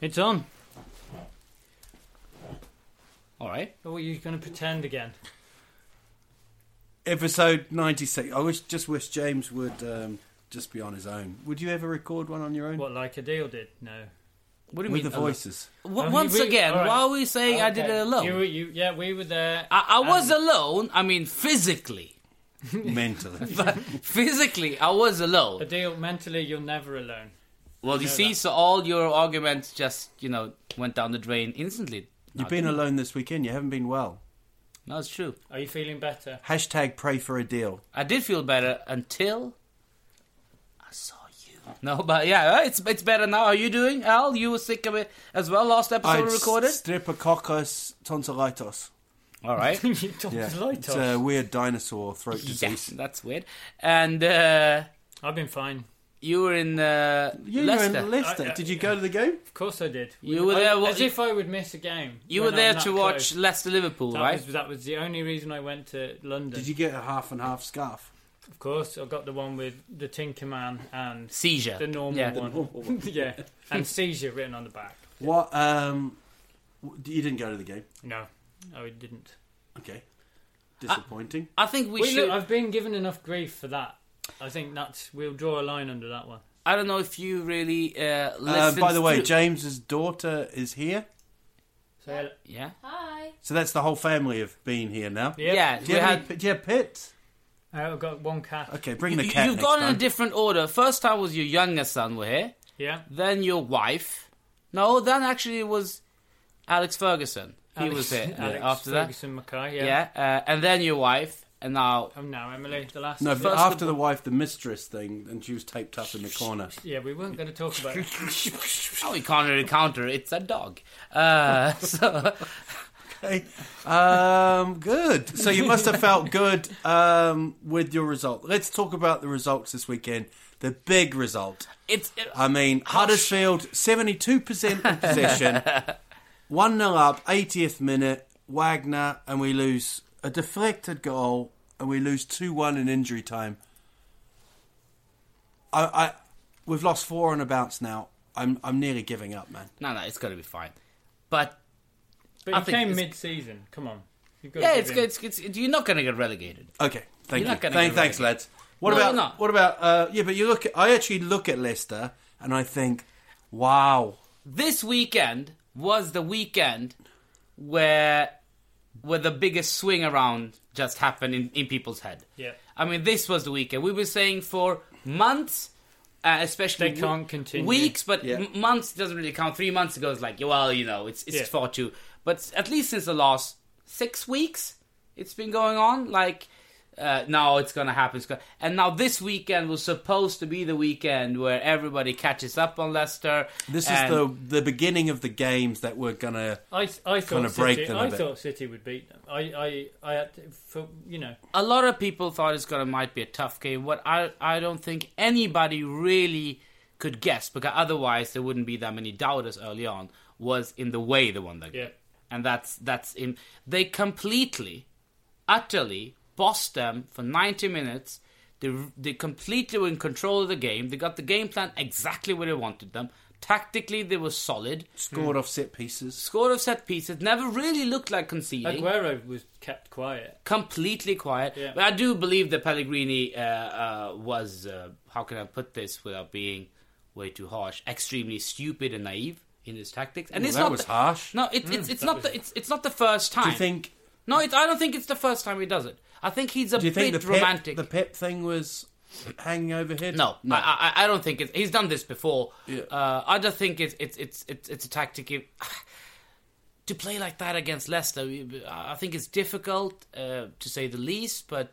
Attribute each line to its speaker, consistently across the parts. Speaker 1: It's on. All right. Oh, you're going to pretend again.
Speaker 2: Episode 96. I wish, just wish James would um, just be on his own. Would you ever record one on your own?
Speaker 1: What, like a deal did? No.
Speaker 3: What do you
Speaker 2: With
Speaker 3: mean?
Speaker 2: the voices.
Speaker 3: W-
Speaker 1: Oh,
Speaker 3: once
Speaker 1: we-
Speaker 3: again,
Speaker 1: all right.
Speaker 3: why are we saying I did
Speaker 1: Okay.
Speaker 3: it alone?
Speaker 1: You, Um, were- you, yeah, we were there.
Speaker 3: I, I was
Speaker 1: and-
Speaker 3: alone. I mean, physically,
Speaker 2: Mentally.
Speaker 3: but physically, I was
Speaker 1: a
Speaker 3: alone.
Speaker 1: deal. Mentally, you're never alone.
Speaker 3: Well, you
Speaker 1: Uh, know
Speaker 3: see,
Speaker 1: that.
Speaker 3: so all your arguments just you know went down the drain instantly.
Speaker 2: You've been alone this weekend. You haven't been well.
Speaker 3: No, it's true.
Speaker 1: Are you feeling better?
Speaker 2: Hashtag pray for a deal.
Speaker 3: I did feel better until I saw you. No, but yeah, uh, it's it's better now. Are you doing, Al? You were sick of it as well. Last episode
Speaker 2: I'd
Speaker 3: we recorded.
Speaker 2: Streptococcus tonsillitis.
Speaker 3: all right.
Speaker 1: you don't
Speaker 2: Yeah.
Speaker 1: light
Speaker 2: It's uh,
Speaker 1: off.
Speaker 2: a weird dinosaur throat
Speaker 3: yeah,
Speaker 2: disease.
Speaker 3: that's weird. And uh,
Speaker 1: I've been fine.
Speaker 3: you were in uh,
Speaker 2: You
Speaker 3: Leicester.
Speaker 2: were in Leicester.
Speaker 1: I-
Speaker 3: uh,
Speaker 1: I-
Speaker 2: Did you go to the game?
Speaker 1: Of course I did.
Speaker 3: You
Speaker 1: We-
Speaker 3: were
Speaker 1: I-
Speaker 3: there wa-
Speaker 1: as if I would miss a game.
Speaker 3: you
Speaker 1: when
Speaker 3: were there
Speaker 1: I'm
Speaker 3: to
Speaker 1: that
Speaker 3: watch
Speaker 1: close.
Speaker 3: Leicester Liverpool,
Speaker 1: That
Speaker 3: right?
Speaker 1: was, that was the only reason I went to London.
Speaker 2: Did you get a half and half scarf?
Speaker 1: Of course, I got the one with the Tinker Man and
Speaker 3: Seizure.
Speaker 1: the normal
Speaker 3: yeah.
Speaker 1: one. yeah, and seizure written on the back.
Speaker 2: What? Um, w- you didn't go to the game.
Speaker 1: No, I didn't.
Speaker 2: Okay.
Speaker 3: Uh,
Speaker 2: Disappointing.
Speaker 3: I think we
Speaker 1: Wait,
Speaker 3: should.
Speaker 1: look, I've been given enough grief for that. I think that's we'll draw a line under that one.
Speaker 3: I don't know if you really uh,
Speaker 2: Uh,
Speaker 3: listened.
Speaker 2: by the way,
Speaker 3: through-
Speaker 2: James's daughter is here,
Speaker 1: So yeah,
Speaker 3: yeah,
Speaker 2: so that's the whole family have been here now.
Speaker 3: yeah,
Speaker 2: Do
Speaker 3: we
Speaker 2: you, have
Speaker 3: had.
Speaker 2: any, do you have pets?
Speaker 1: Uh, I've got one cat.
Speaker 2: Okay, bring
Speaker 3: You,
Speaker 2: the cat.
Speaker 3: you've
Speaker 2: next
Speaker 3: gone in
Speaker 2: time.
Speaker 3: a different order. First time was your younger son were here,
Speaker 1: Yeah,
Speaker 3: then your wife. No, then actually it was Alex Ferguson. He
Speaker 1: Alex-
Speaker 3: was here uh,
Speaker 1: Alex
Speaker 3: after
Speaker 1: Ferguson Mackay.
Speaker 3: that.
Speaker 1: Yeah.
Speaker 3: Yeah, uh, and then your wife, and now
Speaker 1: Oh no, Emily, the last.
Speaker 2: No,
Speaker 1: one.
Speaker 2: but
Speaker 3: First
Speaker 2: after
Speaker 3: the-
Speaker 2: the, wife, the mistress thing, and she was taped up in the corner.
Speaker 1: yeah, we weren't going to talk about it.
Speaker 3: oh, we can't really counter. It's a dog. Uh, so
Speaker 2: Okay. Um, good. So you must have felt good um, with your result. Let's talk about the results this weekend. The big result.
Speaker 3: it's
Speaker 2: I mean, Huddersfield, 72% of possession, 1 0 up, 80th minute, Wagner, and we lose a deflected goal, and we lose 2 1 in injury time. I, I, We've lost four on a bounce now. I'm, I'm nearly giving up, man.
Speaker 3: no, no. It's gonna be fine. But
Speaker 1: But
Speaker 3: I
Speaker 1: you
Speaker 3: think
Speaker 1: came
Speaker 3: it's-
Speaker 1: mid-season. Come on, You've got to
Speaker 3: yeah,
Speaker 1: give
Speaker 3: it's,
Speaker 1: in.
Speaker 3: good. it's it's you're not gonna get relegated.
Speaker 2: Okay, thank
Speaker 3: You're
Speaker 2: you.
Speaker 3: not gonna
Speaker 2: Thank-
Speaker 3: get
Speaker 2: thanks,
Speaker 3: relegated.
Speaker 2: lads. What
Speaker 3: No,
Speaker 2: about
Speaker 3: you're not.
Speaker 2: what about? Uh, yeah, but you look. At, I actually look at Leicester and I think, wow,
Speaker 3: this weekend was the weekend where where the biggest swing around just happened in, in people's head.
Speaker 1: Yeah.
Speaker 3: I mean, this was the weekend. We've been saying for months, uh, especially
Speaker 1: They can't continue.
Speaker 3: weeks, but
Speaker 2: Yeah.
Speaker 3: m- months doesn't really count. Three months ago is like, well, you know, it's it's
Speaker 1: Yeah.
Speaker 3: far too. But s- at least since the last six weeks, it's been going on. Like, uh, now it's gonna happen. It's gonna... And now this weekend was supposed to be the weekend where everybody catches up on Leicester.
Speaker 2: this
Speaker 3: and- Oh.
Speaker 2: is the the beginning of the games that we're gonna.
Speaker 1: I, I thought
Speaker 2: Kinda
Speaker 1: City,
Speaker 2: break them a
Speaker 1: I
Speaker 2: bit.
Speaker 1: thought City would beat them. I I I had to, for, you know
Speaker 3: a lot of people thought it's gonna might be a tough game. What I I don't think anybody really could guess because otherwise there wouldn't be that many doubters early on. Was in the way they won the game,
Speaker 1: Yeah.
Speaker 3: and that's that's in they completely, utterly bossed them for ninety minutes. They they completely were in control of the game. They got the game plan exactly where they wanted them. Tactically, they were solid.
Speaker 2: Scored off set pieces.
Speaker 3: Scored of set pieces. Never really looked like conceding.
Speaker 1: Aguero was kept quiet.
Speaker 3: completely quiet.
Speaker 1: Yeah.
Speaker 3: But I do believe that Pellegrini uh, uh, was, uh, how can I put this without being way too harsh, extremely stupid and naive in his tactics. And
Speaker 2: Ooh,
Speaker 3: it's
Speaker 2: that
Speaker 3: not
Speaker 2: was
Speaker 3: the-
Speaker 2: harsh.
Speaker 3: No, it, it's it's not the it's, it's not the first time.
Speaker 2: Do you think?
Speaker 3: No, it, I don't think it's the first time he does it. I think he's a
Speaker 2: Do you
Speaker 3: bit
Speaker 2: think the pep,
Speaker 3: romantic.
Speaker 2: the pep thing was hanging overhead?
Speaker 3: No, I I, I don't think it's, he's done this before.
Speaker 2: Yeah.
Speaker 3: Uh, I just think it's it's it's it's, it's a tactic. if- to play like that against Leicester, we- I think it's difficult uh, to say the least. But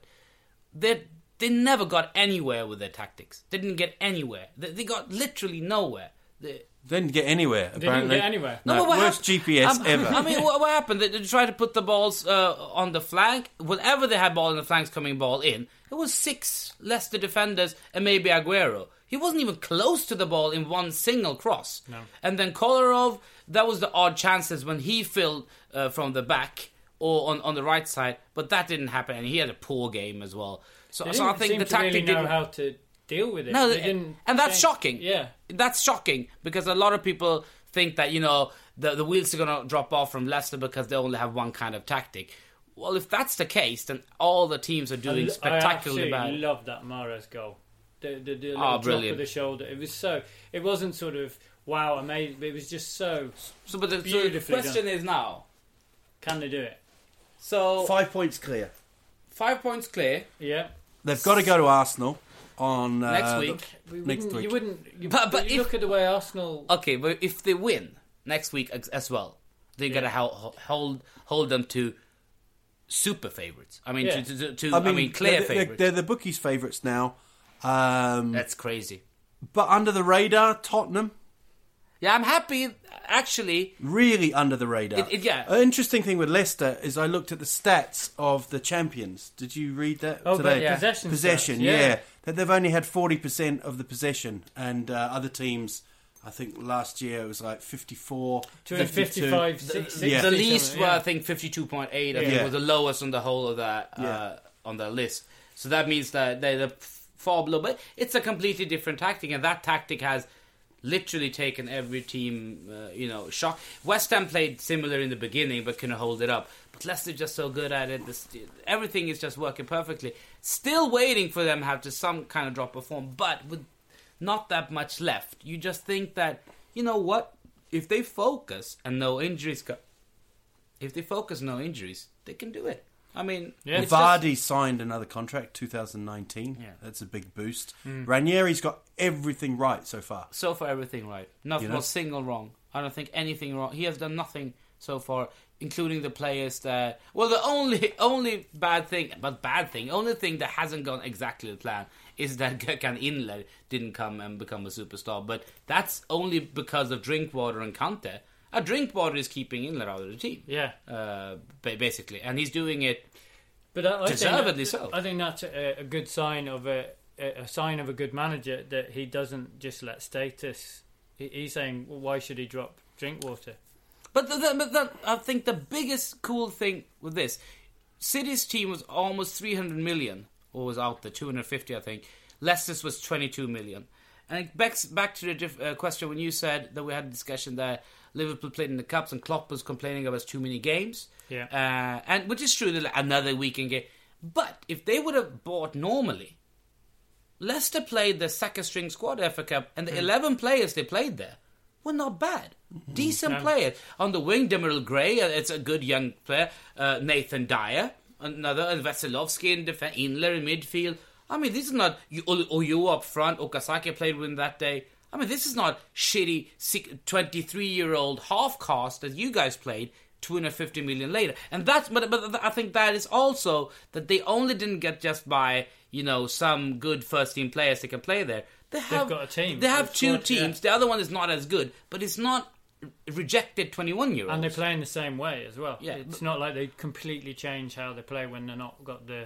Speaker 3: they they never got anywhere with their tactics. They didn't get anywhere. They, they got literally nowhere. They,
Speaker 2: Didn't get anywhere.
Speaker 1: get
Speaker 2: Apparently,
Speaker 1: anywhere.
Speaker 2: No,
Speaker 3: but what
Speaker 2: worst
Speaker 3: hap-
Speaker 2: GPS
Speaker 3: Um,
Speaker 2: ever.
Speaker 3: I mean, what, what happened? They, they tried to put the balls uh, on the flank. Whenever they had ball in the flanks coming ball in, it was six Leicester defenders and maybe Aguero. He wasn't even close to the ball in one single cross. No. And then Kolarov, that was the odd chances when he filled uh, from the back or on, on the right side, but that didn't happen. And he had a poor game as well. So,
Speaker 1: They
Speaker 3: so I
Speaker 1: didn't
Speaker 3: think
Speaker 1: seem
Speaker 3: the
Speaker 1: to
Speaker 3: tactic
Speaker 1: really know
Speaker 3: didn't.
Speaker 1: how to deal with it.
Speaker 3: No,
Speaker 1: they
Speaker 3: th-
Speaker 1: didn't.
Speaker 3: and that's
Speaker 1: change-
Speaker 3: shocking.
Speaker 1: Yeah,
Speaker 3: that's shocking because a lot of people think that you know the the wheels are going to drop off from Leicester because they only have one kind of tactic. Well, if that's the case, then all the teams are doing
Speaker 1: I-
Speaker 3: spectacularly
Speaker 1: I
Speaker 3: bad.
Speaker 1: absolutely love that Mares goal. The, the, the little
Speaker 3: Ah,
Speaker 1: drop
Speaker 3: brilliant.
Speaker 1: of the shoulder. It was so. It wasn't sort of wow amazing. But it was just so.
Speaker 3: so, but the, so the
Speaker 1: beautifully
Speaker 3: question is now.
Speaker 1: Can they do it?
Speaker 3: So five,
Speaker 2: Five points clear.
Speaker 3: points clear,
Speaker 1: Yeah.
Speaker 2: They've got to go to Arsenal on uh,
Speaker 3: Next week.
Speaker 2: the-
Speaker 1: We
Speaker 2: next
Speaker 1: wouldn't-
Speaker 2: week.
Speaker 1: You wouldn't. You, but
Speaker 3: But- but
Speaker 1: you
Speaker 3: if- Uh,
Speaker 1: look at the way Arsenal.
Speaker 3: Okay, but if they win next week ex- as well, they got to hold, hold hold them to super favorites. I mean,
Speaker 1: Yeah.
Speaker 3: to, to, to I mean, clear
Speaker 2: they're, they're,
Speaker 3: favorites.
Speaker 2: they're the bookies' favourites now. Um,
Speaker 3: That's crazy.
Speaker 2: but under the radar, Tottenham
Speaker 3: Yeah, I'm happy actually
Speaker 2: really under the radar.
Speaker 3: It- it- yeah.
Speaker 2: An interesting thing with Leicester is I looked at the stats of the champions. Did you read that
Speaker 1: Oh, but
Speaker 2: today?
Speaker 1: yeah. possession
Speaker 2: Possession,
Speaker 1: stats,
Speaker 2: yeah.
Speaker 1: yeah.
Speaker 2: That they've only had forty percent of the possession, and uh, other teams. I think last year it was like 54, 52.
Speaker 1: 255, 60,
Speaker 2: Yeah.
Speaker 3: the
Speaker 2: Sixty
Speaker 3: least were
Speaker 1: yeah.
Speaker 3: I think fifty two point eight. I think
Speaker 2: Yeah.
Speaker 3: was the lowest on the whole of that uh,
Speaker 2: Yeah.
Speaker 3: on their list. So that means that they're the f- far below. But it's a completely different tactic, and that tactic has literally taken every team, uh, you know, shock. West Ham played similar in the beginning, but couldn't hold it up. But Leicester just so good at it. This, everything is just working perfectly. Still waiting for them to have to some kind of drop of form, but with not that much left. You just think that you know what? If they focus and no injuries go, if they focus no injuries, they can do it. I mean,
Speaker 1: Yeah.
Speaker 3: it's just-
Speaker 2: Vardy signed another contract, 2019.
Speaker 3: Yeah.
Speaker 2: That's a big boost. Ranieri's got everything right so far.
Speaker 3: so far everything right, not
Speaker 2: You
Speaker 3: not
Speaker 2: know?
Speaker 3: single wrong. I don't think anything wrong. He has done nothing so far, including the players that. Well, the only only bad thing, but bad thing, only thing that hasn't gone exactly the plan is that Gökhan Inler didn't come and become a superstar. But that's only because of Drinkwater and Kante. A Drinkwater is keeping Inler out of the team.
Speaker 1: Yeah.
Speaker 3: uh, ba- basically, and he's doing it
Speaker 1: But I, I
Speaker 3: Deservedly
Speaker 1: think that-
Speaker 3: so.
Speaker 1: I think that's a, a good sign of a, a a sign of a good manager that he doesn't just let status. He, he's saying, well, why should he drop drink water?
Speaker 3: But the, the, but the, I think the biggest cool thing with this, City's team was almost 300 million, or was out there 250, I think. Leicester's was 22 million. And it backs back to the diff- uh, question when you said that we had a discussion that Liverpool played in the cups and Klopp was complaining about too many games.
Speaker 1: Yeah.
Speaker 3: Uh, and which is true, they're another weekend game. But if they would have bought normally, Leicester played the second string squad FA Cup, and the 11 players they played there were not bad. Decent players. On the wing, Demiral Gray, uh, it's a good young player. Uh, Nathan Dyer, another. And Veselovsky in defense, Inler in midfield. I mean, this is not you- O- Oyu up front. Okasaki played with him that day. I mean, this is not shitty 23 year old half cast that you guys played. 250 million later and that's but, but i think that is also that they only didn't get just by you know some good first team players that can play there they have
Speaker 1: got a team.
Speaker 3: they have
Speaker 1: They've
Speaker 3: two
Speaker 1: got- yeah.
Speaker 3: teams the other one is not as good but it's not rejected 21 year olds
Speaker 1: And they're playing the same way as well.
Speaker 3: Yeah,
Speaker 1: it's
Speaker 3: but-
Speaker 1: not like they completely change how they play when they're not got the,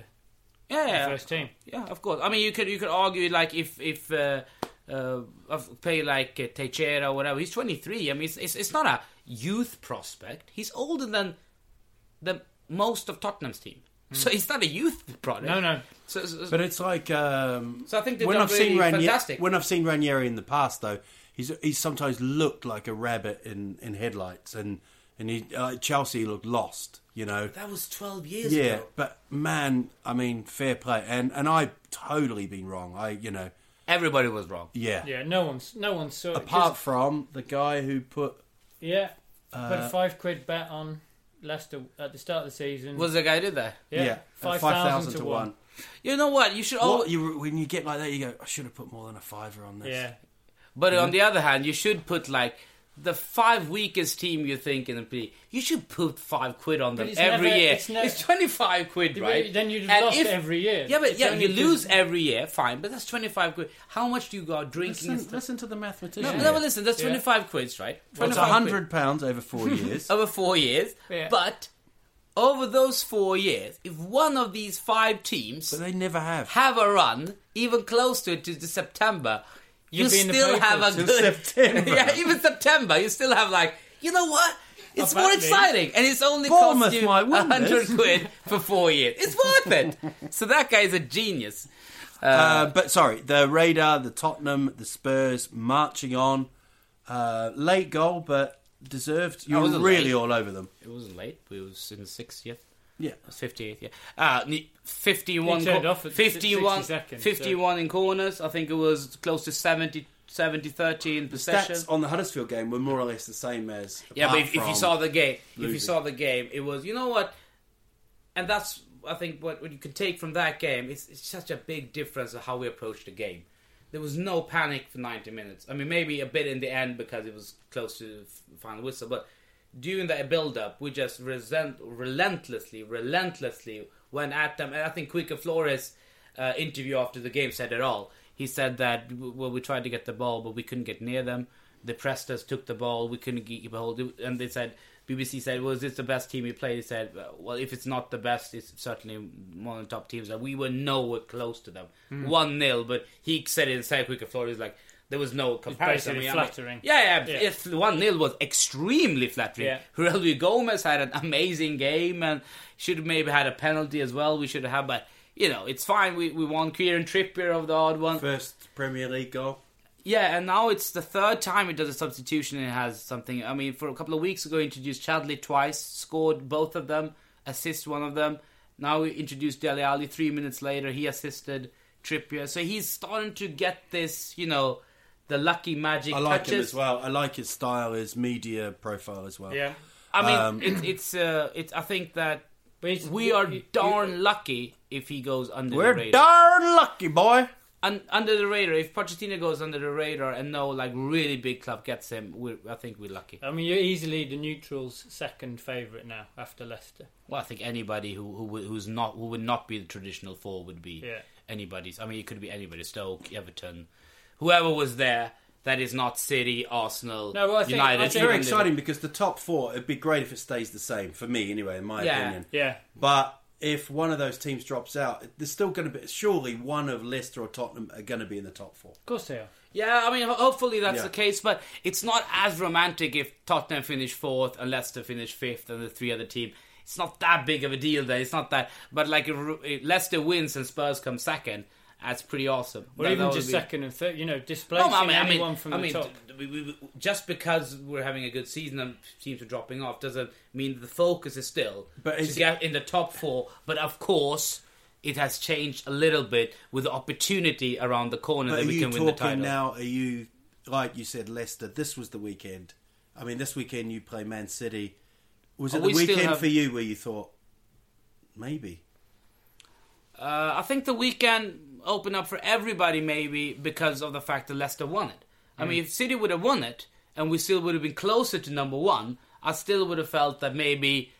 Speaker 3: yeah,
Speaker 1: the
Speaker 3: yeah.
Speaker 1: first team.
Speaker 3: Yeah, of course. I mean, you could you could argue like if if uh, uh, of- play like uh, Teixeira or whatever. He's 23. I mean, it's, it's it's not a youth prospect. He's older than the most of Tottenham's team. So it's not a youth product.
Speaker 1: No, no.
Speaker 3: So, so,
Speaker 2: But it's like um,
Speaker 3: So I think they've
Speaker 2: when
Speaker 3: done
Speaker 2: I've seen
Speaker 3: really
Speaker 2: Ranieri,
Speaker 3: fantastic.
Speaker 2: when I've seen Ranieri in the past though, he's he's sometimes looked like a rabbit in, in headlights, and and he uh, Chelsea looked lost, you know.
Speaker 3: that was twelve years
Speaker 2: Yeah,
Speaker 3: ago.
Speaker 2: but man, I mean, fair play, and and I've totally been wrong. I you know,
Speaker 3: Everybody was wrong.
Speaker 2: yeah.
Speaker 1: Yeah, no one's no one saw it.
Speaker 2: Apart
Speaker 1: Just-
Speaker 2: from the guy who put
Speaker 1: yeah, put
Speaker 3: Uh,
Speaker 1: a five quid bet on Leicester at the start of the season.
Speaker 3: Was uh, the guy who did that?
Speaker 2: yeah,
Speaker 1: yeah,
Speaker 2: five
Speaker 1: five
Speaker 2: thousand
Speaker 1: thoushan
Speaker 2: to, one.
Speaker 3: You know what? You should. al-
Speaker 2: What you when you get like that, you go, I should have put more than a fiver on this.
Speaker 1: Yeah,
Speaker 3: But on the other hand, you should put like the five weakest team you think in the league. You should put five quid on them
Speaker 1: it's
Speaker 3: every
Speaker 1: never-
Speaker 3: year.
Speaker 1: it's
Speaker 3: It's,
Speaker 1: never-
Speaker 3: twenty five quid,
Speaker 1: Yeah, but
Speaker 3: right?
Speaker 1: then you'd lost every year.
Speaker 3: Yeah, but
Speaker 1: It's
Speaker 3: yeah,
Speaker 1: only
Speaker 3: you
Speaker 1: 'cause-
Speaker 3: lose every year, fine. But that's twenty five quid. How much do you go out drinking? and
Speaker 2: Listen,
Speaker 3: stuff?
Speaker 2: listen to the mathematician.
Speaker 3: no,
Speaker 2: here.
Speaker 3: no, but listen, that's
Speaker 1: Yeah.
Speaker 3: twenty five quids, right?
Speaker 2: Well,
Speaker 3: £25
Speaker 2: it's
Speaker 3: quid
Speaker 2: hundred pounds over four years.
Speaker 3: over four years.
Speaker 1: Yeah.
Speaker 3: But over those four years, if one of these five teams
Speaker 2: But they never have.
Speaker 3: have a run, even close to it, to the September, you
Speaker 1: You'll be in the
Speaker 3: still
Speaker 1: papers
Speaker 3: have a
Speaker 2: till
Speaker 3: good
Speaker 2: September.
Speaker 3: yeah, even September, you still have like, you know what? It's more
Speaker 1: Apparently.
Speaker 3: exciting, and it's only
Speaker 2: Bournemouth
Speaker 3: cost you
Speaker 2: might win
Speaker 3: hundred
Speaker 2: this.
Speaker 3: quid for four years. It's worth it. so that guy is a genius.
Speaker 2: Uh, but sorry, the radar, the Tottenham, the Spurs marching on. Uh, late goal, but deserved. You
Speaker 3: Oh,
Speaker 2: were
Speaker 3: was it
Speaker 2: really
Speaker 3: late?
Speaker 2: all over them.
Speaker 3: It wasn't late. It was in the sixtieth.
Speaker 2: Yeah.
Speaker 3: It was 58th, yeah. Uh, ne- 51,
Speaker 1: He turned
Speaker 3: cor-
Speaker 1: off at
Speaker 3: 51,
Speaker 1: 60 seconds,
Speaker 3: 51 in corners. I think it was close to 70, 70 30 in possession.
Speaker 2: Stats on the Huddersfield game were more or less the same as.
Speaker 3: Yeah, but
Speaker 2: apart
Speaker 3: if, if you
Speaker 2: from-
Speaker 3: saw the game, if you
Speaker 2: losing.
Speaker 3: saw the game, it was you know what, and that's I think what, what you can take from that game. It's, it's such a big difference of how we approached the game. There was no panic for ninety minutes. I mean, maybe a bit in the end because it was close to the f- final whistle, but during that build-up, we just resent, relentlessly, relentlessly went at them. And I think Quicker Flores' uh, interview after the game said it all. He said that well, we tried to get the ball, but we couldn't get near them. They pressed us, took the ball. We couldn't keep a hold. And they said, BBC said, "Was this the best team we played?" He said, "Well, if it's not the best, it's certainly one of the top teams." And we were nowhere close to them.
Speaker 1: Hmm.
Speaker 3: One 0 but he said it himself. Quicker Flores like there was no comparison.
Speaker 1: basically
Speaker 3: I mean, I'm-
Speaker 1: flattering.
Speaker 3: yeah, yeah.
Speaker 1: Yeah.
Speaker 3: One 0 was extremely flattering.
Speaker 1: Yeah.
Speaker 3: Geraldo Gomez had an amazing game and should have maybe had a penalty as well. We should have, but you know, it's fine. We we won Kieran Trippier of the odd one.
Speaker 2: first Premier League goal.
Speaker 3: Yeah, and now it's the third time it does a substitution and it has something. I mean, for a couple of weeks ago, introduced Chadley twice, scored both of them, assist one of them. Now we introduced Dele Alli three minutes later, he assisted Trippier. So he's starting to get this, you know, the lucky magic
Speaker 2: I like
Speaker 3: touches.
Speaker 2: him as well. I like his style, his media profile as well.
Speaker 1: yeah.
Speaker 3: I mean,
Speaker 2: Um,
Speaker 3: it, it's uh, it's. I think that
Speaker 1: But it's-
Speaker 3: we are
Speaker 1: it- it-
Speaker 3: darn lucky if he goes under
Speaker 2: We're
Speaker 3: the radar.
Speaker 2: darn lucky, boy.
Speaker 3: Un- under the radar, if Pochettino goes under the radar and no like really big club gets him, we're, I think we're lucky.
Speaker 1: I mean, you're easily the neutrals' second favourite now after Leicester.
Speaker 3: Well, I think anybody who who would- who's not who would not be the traditional four would be
Speaker 1: Yeah.
Speaker 3: anybody's. I mean, it could be anybody: Stoke, Everton, whoever was there that is not City, Arsenal,
Speaker 1: No, well, I think- I
Speaker 3: United.
Speaker 1: think-
Speaker 2: It's very
Speaker 3: and Liverpool.
Speaker 2: exciting because the top four. It'd be great if it stays the same for me, anyway. In my
Speaker 3: Yeah.
Speaker 2: opinion,
Speaker 1: Yeah,
Speaker 2: But if one of those teams drops out, there's still going to be surely one of Leicester or Tottenham are going to be in the top four.
Speaker 1: of course they are.
Speaker 3: Yeah, I mean, ho- hopefully that's
Speaker 2: Yeah.
Speaker 3: the case, but it's not as romantic if Tottenham finish fourth and Leicester finish fifth and the three other team. It's not that big of a deal there. It's not that, but like if, Ru- if Leicester wins and Spurs come second, that's pretty awesome.
Speaker 1: Or
Speaker 3: That- that
Speaker 1: even
Speaker 3: would
Speaker 1: just
Speaker 3: be-
Speaker 1: second and third. You know, displacing
Speaker 3: No, I mean, I
Speaker 1: anyone
Speaker 3: mean,
Speaker 1: from
Speaker 3: I
Speaker 1: the
Speaker 3: mean
Speaker 1: top.
Speaker 3: d- we, we, we- just because we're having a good season and teams are dropping off doesn't mean the focus is still
Speaker 2: But
Speaker 3: to
Speaker 2: is it-
Speaker 3: get in the top four. But of course, it has changed a little bit with the opportunity around the corner
Speaker 2: But are
Speaker 3: that we
Speaker 2: you
Speaker 3: can win the title.
Speaker 2: talking now? Are you like you said, Leicester? This was the weekend. I mean, this weekend you play Man City. Was
Speaker 3: Are
Speaker 2: it the
Speaker 3: we still
Speaker 2: weekend
Speaker 3: have-
Speaker 2: for you where you thought maybe?
Speaker 3: Uh, I think the weekend opened up for everybody maybe because of the fact that Leicester won it. I mean, if City would have won it and we still would have been closer to number one, I still would have felt that maybe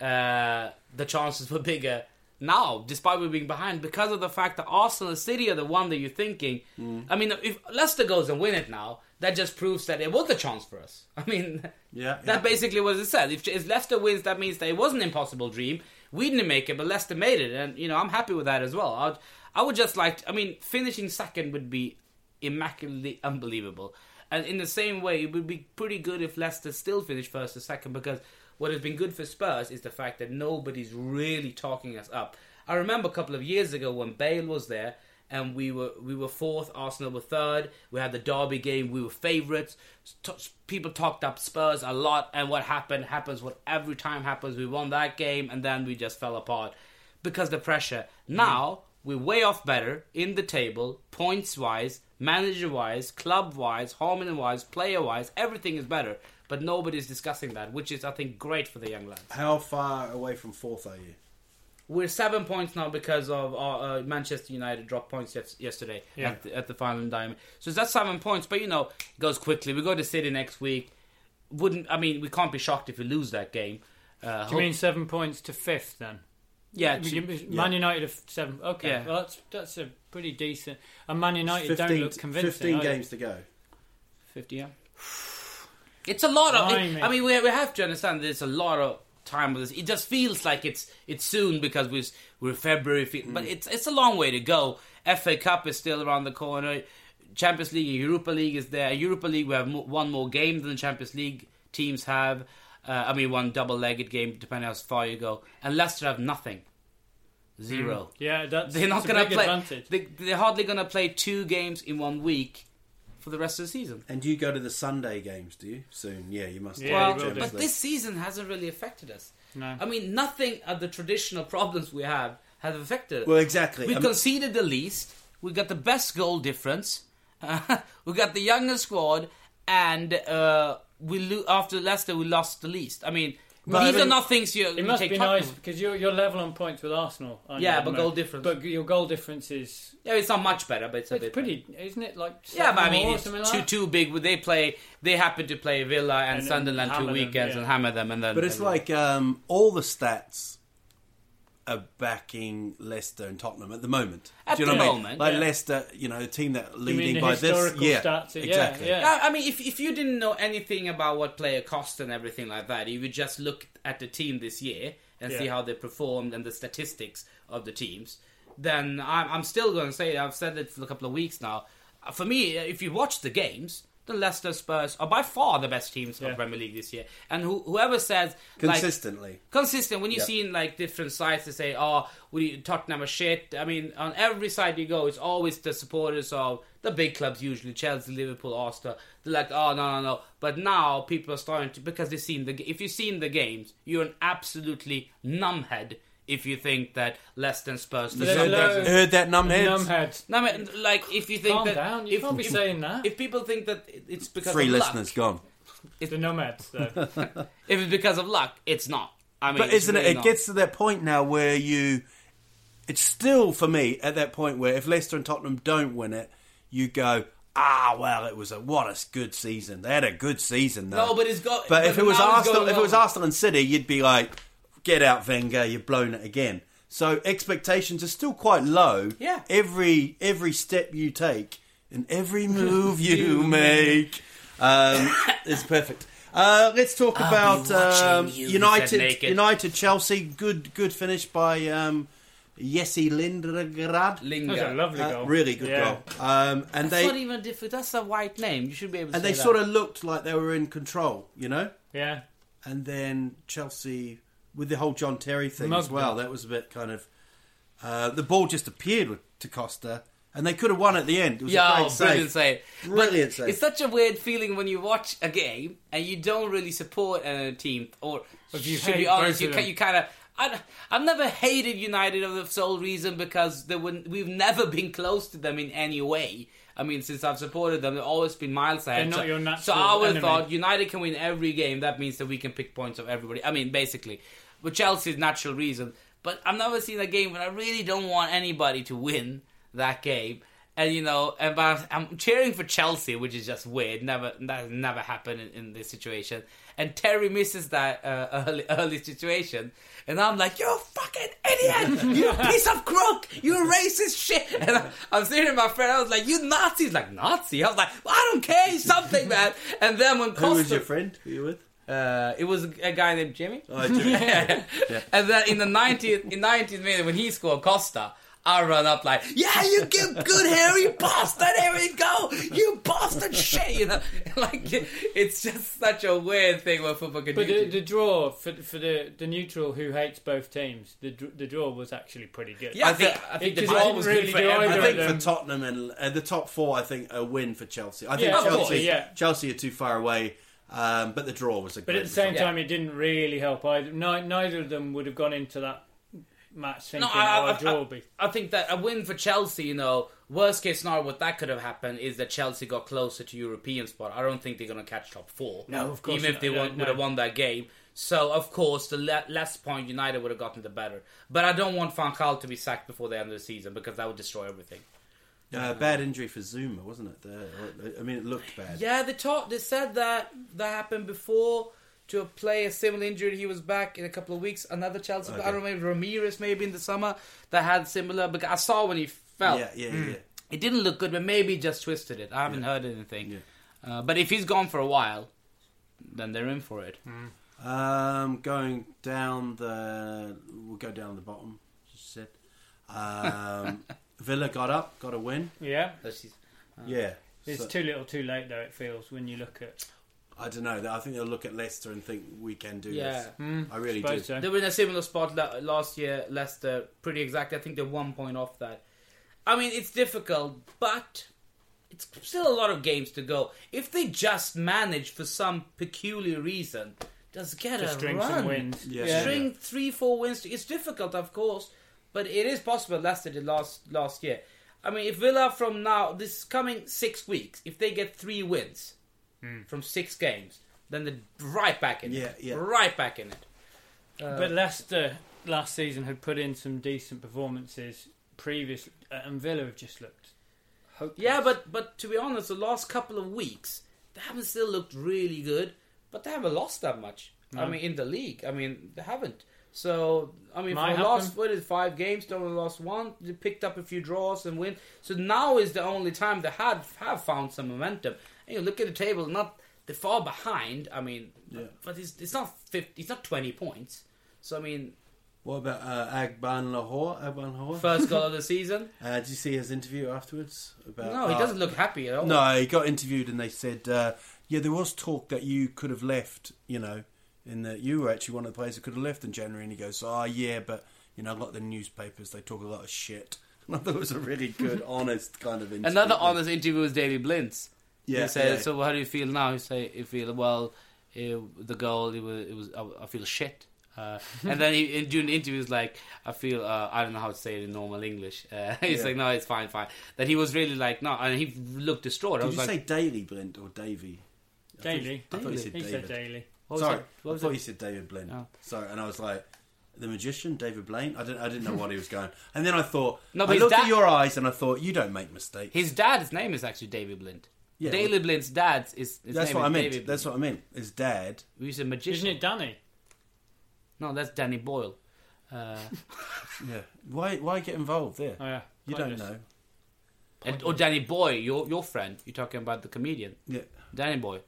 Speaker 3: uh, the chances were bigger now, despite we being behind, because of the fact that Arsenal and City are the one that you're thinking.
Speaker 2: Mm.
Speaker 3: I mean, if Leicester goes and win it now, that just proves that it was a chance for us. I mean,
Speaker 2: Yeah,
Speaker 3: that
Speaker 2: yeah.
Speaker 3: basically was it said. If, if Leicester wins, that means that it was an impossible dream. We didn't make it, but Leicester made it, and you know I'm happy with that as well. I'd, I would just like, I mean, finishing second would be immaculately unbelievable, and in the same way, it would be pretty good if Leicester still finished first or second because What has been good for Spurs is the fact that nobody's really talking us up. I remember a couple of years ago when Bale was there and we were we were fourth, Arsenal were third. We had the derby game, we were favourites. T- people talked up Spurs a lot, and what happened happens. What every time happens, we won that game, and then we just fell apart because the pressure. Now we're way off better in the table, points wise, manager wise, club wise, harmony wise, player wise. Everything is better, but nobody's discussing that, which is I think great for the young lads.
Speaker 2: How far away from fourth are you?
Speaker 3: We're seven points now because of our, uh, Manchester United dropped points yes- yesterday
Speaker 1: Yeah.
Speaker 3: at, the, at the final diamond. So that's seven points, but you know, it goes quickly. We go to City next week. Wouldn't I mean? We can't be shocked if we lose that game. Uh,
Speaker 1: Do you mean seven points to fifth then?
Speaker 3: yeah,
Speaker 1: You-
Speaker 3: to-
Speaker 1: you- Man United are f- seven. Okay,
Speaker 3: Yeah.
Speaker 1: well that's that's a pretty decent. And Man United don't look convincing.
Speaker 2: 15
Speaker 1: are they?
Speaker 2: games to go.
Speaker 1: fifty. Yeah.
Speaker 3: It's a lot of.
Speaker 1: Blimey.
Speaker 3: I mean, we, we have to understand there's a lot of time with this. It just feels like it's it's soon because we're we're February,
Speaker 1: Hmm.
Speaker 3: fe- but it's it's a long way to go. FA Cup is still around the corner. Champions League, Europa League is there. Europa League, we have mo- one more game than the Champions League teams have. Uh, I mean, one double-legged game, depending how far you go. And Leicester have nothing, zero.
Speaker 1: Hmm. Yeah, that's
Speaker 3: They're not
Speaker 1: that's a
Speaker 3: going to
Speaker 1: big
Speaker 3: play.
Speaker 1: advantage.
Speaker 3: They, they're hardly going to play two games in one week for the rest of the season.
Speaker 2: And you go to the Sunday games, do you? Soon, yeah, you must.
Speaker 1: Yeah,
Speaker 3: Well,
Speaker 1: you will
Speaker 2: Champions
Speaker 1: do.
Speaker 3: but
Speaker 2: League.
Speaker 3: this season hasn't really affected us.
Speaker 1: No.
Speaker 3: I mean, nothing of the traditional problems we have have affected us.
Speaker 2: Well, exactly.
Speaker 3: We
Speaker 2: Um,
Speaker 3: conceded the least. We got the best goal difference. we got the youngest squad, and uh, we lo- after Leicester we lost the least. I mean,
Speaker 2: But
Speaker 3: these
Speaker 2: I mean-
Speaker 3: are not things you,
Speaker 1: It
Speaker 3: you
Speaker 1: must
Speaker 3: take
Speaker 1: be
Speaker 3: Tottenham.
Speaker 1: nice because you're you're level on points with Arsenal. aren't you,
Speaker 3: Yeah,
Speaker 1: at the
Speaker 3: but goal
Speaker 1: moment?
Speaker 3: difference.
Speaker 1: But your goal difference is
Speaker 3: Yeah, it's not much better, but it's a
Speaker 1: it's
Speaker 3: bit
Speaker 1: pretty, isn't it? Like
Speaker 3: Yeah, but I
Speaker 1: seven
Speaker 3: mean,
Speaker 1: or
Speaker 3: it's
Speaker 1: something
Speaker 3: too
Speaker 1: like that?
Speaker 3: too big. They play. They happen to play Villa and,
Speaker 1: And- and
Speaker 3: Sunderland two
Speaker 1: hammer them,
Speaker 3: weekends
Speaker 1: yeah.
Speaker 3: and hammer them, and then.
Speaker 2: But it's like um, all the stats are backing Leicester and Tottenham at the moment.
Speaker 3: At
Speaker 2: Do you know
Speaker 3: the
Speaker 2: what I mean?
Speaker 3: moment,
Speaker 2: like
Speaker 3: yeah.
Speaker 2: Leicester, you know, the team that are
Speaker 1: mean
Speaker 2: leading
Speaker 1: the
Speaker 2: by this,
Speaker 1: historical
Speaker 2: yeah,
Speaker 1: stats, yeah,
Speaker 2: exactly.
Speaker 1: yeah.
Speaker 3: I I mean, if, if you didn't know anything about what player cost and everything like that, you would just look at the team this year and see
Speaker 1: Yeah.
Speaker 3: how they performed and the statistics of the teams, then I'm, I'm still going to say, I've said it for a couple of weeks now. Uh, For me, uh, if you watch the games, the Leicester Spurs are by far the best teams of
Speaker 1: Yeah.
Speaker 3: Premier League this year. And who, whoever says. Like,
Speaker 2: Consistently,
Speaker 3: consistent. When you
Speaker 2: Yeah.
Speaker 3: see in like different sites, they say, "Oh, we Tottenham are shit." I mean, on every side you go, it's always the supporters of the big clubs, usually Chelsea, Liverpool, Arsenal. They're like, "Oh, no, no, no." But now people are starting to because they've seen the. If you've seen the games, you're an absolutely numbhead if you think that Leicester and Spurs.
Speaker 1: There's
Speaker 2: heard,
Speaker 1: no-
Speaker 2: that, heard that numbheads.
Speaker 1: numbheads.
Speaker 3: No, I mean, like if you think
Speaker 1: Calm
Speaker 3: that
Speaker 1: down, you
Speaker 3: if,
Speaker 1: can't be
Speaker 3: if-
Speaker 1: saying that.
Speaker 3: If people think that it's because
Speaker 2: Three
Speaker 3: of
Speaker 2: listeners
Speaker 3: luck,
Speaker 2: gone.
Speaker 1: The nomads, though.
Speaker 3: if it's because of luck, it's not. I mean,
Speaker 2: But
Speaker 3: it's
Speaker 2: isn't it?
Speaker 3: really
Speaker 2: It
Speaker 3: not.
Speaker 2: gets to that point now where you. It's still for me at that point where if Leicester and Tottenham don't win it, you go. Ah well, it was a what a good season. They had a good season though.
Speaker 3: No, but it's go-
Speaker 2: But if
Speaker 3: but
Speaker 2: it was
Speaker 3: now it's
Speaker 2: Arsenal,
Speaker 3: going
Speaker 2: if it was
Speaker 3: on.
Speaker 2: Arsenal and City, you'd be like, get out, Wenger, you've blown it again. So expectations are still quite low.
Speaker 3: Yeah.
Speaker 2: Every every step you take and every move you make um, is perfect. Uh, let's talk
Speaker 3: Ah.
Speaker 2: about
Speaker 3: watching
Speaker 2: um,
Speaker 3: you, said
Speaker 2: United.
Speaker 3: naked.
Speaker 2: United Chelsea. Good good finish by um, Jesse Lindegaard.
Speaker 1: That was a
Speaker 3: Lingard.
Speaker 1: lovely
Speaker 2: Uh,
Speaker 1: goal.
Speaker 2: really good
Speaker 1: Yeah.
Speaker 2: goal. Um,
Speaker 3: That's
Speaker 2: and they
Speaker 3: not even different. That's a white name. You should be able to
Speaker 2: and
Speaker 3: say
Speaker 2: they
Speaker 3: that.
Speaker 2: sort of looked like they were in control. You know
Speaker 1: Yeah.
Speaker 2: and then Chelsea with the whole John Terry thing
Speaker 1: Mugged
Speaker 2: as well.
Speaker 1: them.
Speaker 2: That was a bit kind of uh, the ball just appeared with to Costa, and they could have won at the end. It was a
Speaker 3: Yeah,
Speaker 2: great
Speaker 3: oh, brilliant
Speaker 2: save.
Speaker 3: save.
Speaker 2: Brilliant
Speaker 3: but
Speaker 2: save.
Speaker 3: It's such a weird feeling when you watch a game and you don't really support a team, or
Speaker 1: If you
Speaker 3: should be
Speaker 1: hate
Speaker 3: honest,
Speaker 1: both
Speaker 3: you,
Speaker 1: of
Speaker 3: ca-
Speaker 1: them.
Speaker 3: you kind of. I, I've never hated United of the sole reason because they wouldn't, we've never been close to them in any way. I mean, since I've supported them, they've always been miles ahead.
Speaker 1: They're not
Speaker 3: so,
Speaker 1: your
Speaker 3: so
Speaker 1: natural
Speaker 3: I would have
Speaker 1: enemy.
Speaker 3: thought United can win every game. That means that we can pick points of everybody. I mean, basically, but Chelsea's natural reason. But I've never seen a game when I really don't want anybody to win that game. And you know, and but I'm cheering for Chelsea, which is just weird. Never that has never happened in, in this situation. And Terry misses that uh, early early situation, and I'm like, "You fucking idiot! You piece of crook! You racist shit!" And I, I'm sitting with my friend. I was like, "You Nazi!" He's like, "Nazi?" I was like, well, "I don't care. He's something, man." And then when
Speaker 2: Who
Speaker 3: Costa,
Speaker 2: was your friend? Who you with?
Speaker 3: uh, it was a guy named Jimmy.
Speaker 2: Oh, Jimmy.
Speaker 3: And then in the 90th, in 90th minute, when he scored Costa, I run up like, yeah, you give good hair, you bastard, here we go, you bastard shit. You know, like it's just such a weird thing where football can
Speaker 1: But
Speaker 3: do.
Speaker 1: the, the draw for for the, the neutral who hates both teams, the dr- the draw was actually pretty good.
Speaker 3: yeah, I
Speaker 2: I
Speaker 3: think
Speaker 2: think-
Speaker 3: I think the
Speaker 1: it- 'cause
Speaker 3: draw
Speaker 1: it
Speaker 3: was
Speaker 1: didn't
Speaker 3: good
Speaker 1: really
Speaker 3: for
Speaker 1: do
Speaker 3: everyone.
Speaker 1: either
Speaker 2: I
Speaker 1: of
Speaker 2: think for
Speaker 1: them.
Speaker 2: Tottenham and uh, the top four, I think a win for Chelsea. I think
Speaker 1: Yeah,
Speaker 3: of
Speaker 2: Chelsea,
Speaker 3: course,
Speaker 1: yeah.
Speaker 2: Chelsea are too far away, um, but the draw was a.
Speaker 1: But
Speaker 2: great
Speaker 1: at the same
Speaker 2: result.
Speaker 1: time, it didn't really help either. No, neither of them would have gone into that match thinking, "Oh, a draw will be."
Speaker 3: I think that a win for Chelsea, you know, worst case scenario, what that could have happened is that Chelsea got closer to European spot. I don't think they're going to catch top four.
Speaker 1: No, of course
Speaker 3: Even if
Speaker 1: not.
Speaker 3: they
Speaker 1: No,
Speaker 3: won,
Speaker 1: no.
Speaker 3: would have won that game. So, of course, the le- less point United would have gotten, the better. But I don't want Van Gaal to be sacked before the end of the season because that would destroy everything.
Speaker 2: uh, bad injury for Zuma, wasn't it? There, I mean, it looked bad.
Speaker 3: Yeah, they taught. They said that that happened before to a player similar injury. He was back in a couple of weeks. Another Chelsea. player I don't remember Ramirez maybe in the summer that had similar. Because I saw when he fell.
Speaker 2: yeah, yeah,
Speaker 1: Hmm.
Speaker 2: yeah.
Speaker 3: It didn't look good, but maybe he just twisted it. I haven't heard anything. Uh, but if he's gone for a while, then they're in for it.
Speaker 1: Mm.
Speaker 2: Um, going down the, we'll go down the bottom. Just said, um, Villa got up, got a win.
Speaker 1: Yeah,
Speaker 3: That's just-
Speaker 2: Yeah,
Speaker 1: Uh, it's
Speaker 2: So-
Speaker 1: too little, too late. Though it feels when you look at.
Speaker 2: I don't know. I think they'll look at Leicester and think we can do this.
Speaker 3: Yeah.
Speaker 1: hmm.
Speaker 2: I really do.
Speaker 1: suppose so.
Speaker 3: They were in a similar spot la- last year, Leicester, pretty exactly. I think they're one point off that. I mean, it's difficult, but it's still a lot of games to go. If they just manage for some peculiar reason, just get
Speaker 1: Just
Speaker 3: a
Speaker 1: string
Speaker 3: run.
Speaker 1: some wins. Yeah.
Speaker 2: Yeah.
Speaker 3: String three, four wins. to- It's difficult, of course, but it is possible. Leicester did last last year. I mean, if Villa from now this coming six weeks, if they get three wins from six games, then they're right back in
Speaker 2: Yeah,
Speaker 3: it.
Speaker 2: yeah.
Speaker 3: Right back in it.
Speaker 1: But Leicester last season had put in some decent performances previous, uh, and Villa have just looked. Hopeless.
Speaker 3: Yeah, but but to be honest, the last couple of weeks they haven't still looked really good, but they haven't lost that much. I mean, in the league, I mean they haven't. So I mean,
Speaker 1: Might
Speaker 3: for the last
Speaker 1: happen.
Speaker 3: what is five games, they only lost one. They picked up a few draws and win. So now is the only time they had have found some momentum. And you look at the table, not they fall behind. I mean, but it's it's not fifty, it's not twenty points. So I mean,
Speaker 2: What about uh, Agban Lahore? Agban Lahore.
Speaker 3: first goal of the season.
Speaker 2: Uh, did you see his interview afterwards? About
Speaker 3: No,
Speaker 1: Uh,
Speaker 3: he
Speaker 2: Oh.
Speaker 3: doesn't look happy at all.
Speaker 2: No, he got interviewed and they said, uh, yeah, there was talk that you could have left, you know, in that you were actually one of the players who could have left in January. And he goes, oh, yeah, but, you know, a lot of the newspapers, they talk a lot of shit. And I thought it was a really good, honest kind of interview.
Speaker 3: Another honest interview was David Blintz.
Speaker 2: Yeah,
Speaker 3: He said,
Speaker 2: yeah.
Speaker 3: "So how do you feel now?" He say, "You feel well. eh, the goal. It was. It was. I, I feel shit." Uh, and then he, in, during the interview, he's like, "I feel. Uh, I don't know how to say it in normal English." Uh, he's like, "No, it's fine, fine." That he was really like, "No," and he looked distraught. I
Speaker 2: Did
Speaker 3: was
Speaker 2: you
Speaker 3: like,
Speaker 2: say Daily Blint or Davy?
Speaker 1: Daily.
Speaker 2: I thought you said
Speaker 1: he said
Speaker 2: David.
Speaker 1: daily.
Speaker 3: what was
Speaker 2: Sorry,
Speaker 3: that? What
Speaker 2: I
Speaker 3: was
Speaker 2: thought
Speaker 3: that?
Speaker 2: you said David Blaine.
Speaker 3: Oh.
Speaker 2: Sorry, and I was like, the magician, David Blaine. I didn't, I didn't know what he was going. And then I thought,
Speaker 3: No, but
Speaker 2: I
Speaker 3: his
Speaker 2: looked
Speaker 3: dad-
Speaker 2: at your eyes and I thought, you don't make mistakes.
Speaker 3: His dad's name is actually David Blint.
Speaker 2: Yeah,
Speaker 3: David Blint's dad is. His
Speaker 2: That's
Speaker 3: name
Speaker 2: what
Speaker 3: is
Speaker 2: I meant.
Speaker 3: David
Speaker 2: That's
Speaker 3: Blint.
Speaker 2: what I meant. His dad.
Speaker 3: He's a
Speaker 1: Isn't
Speaker 3: magician.
Speaker 1: it Danny?
Speaker 3: No, that's Danny Boyle. Uh,
Speaker 2: Yeah. Why? Why get involved there?
Speaker 1: Oh, yeah.
Speaker 2: You don't
Speaker 1: Pointless.
Speaker 2: know.
Speaker 3: and, or Danny Boy, your your friend. You're talking about the comedian.
Speaker 2: Yeah.
Speaker 3: Danny Boy,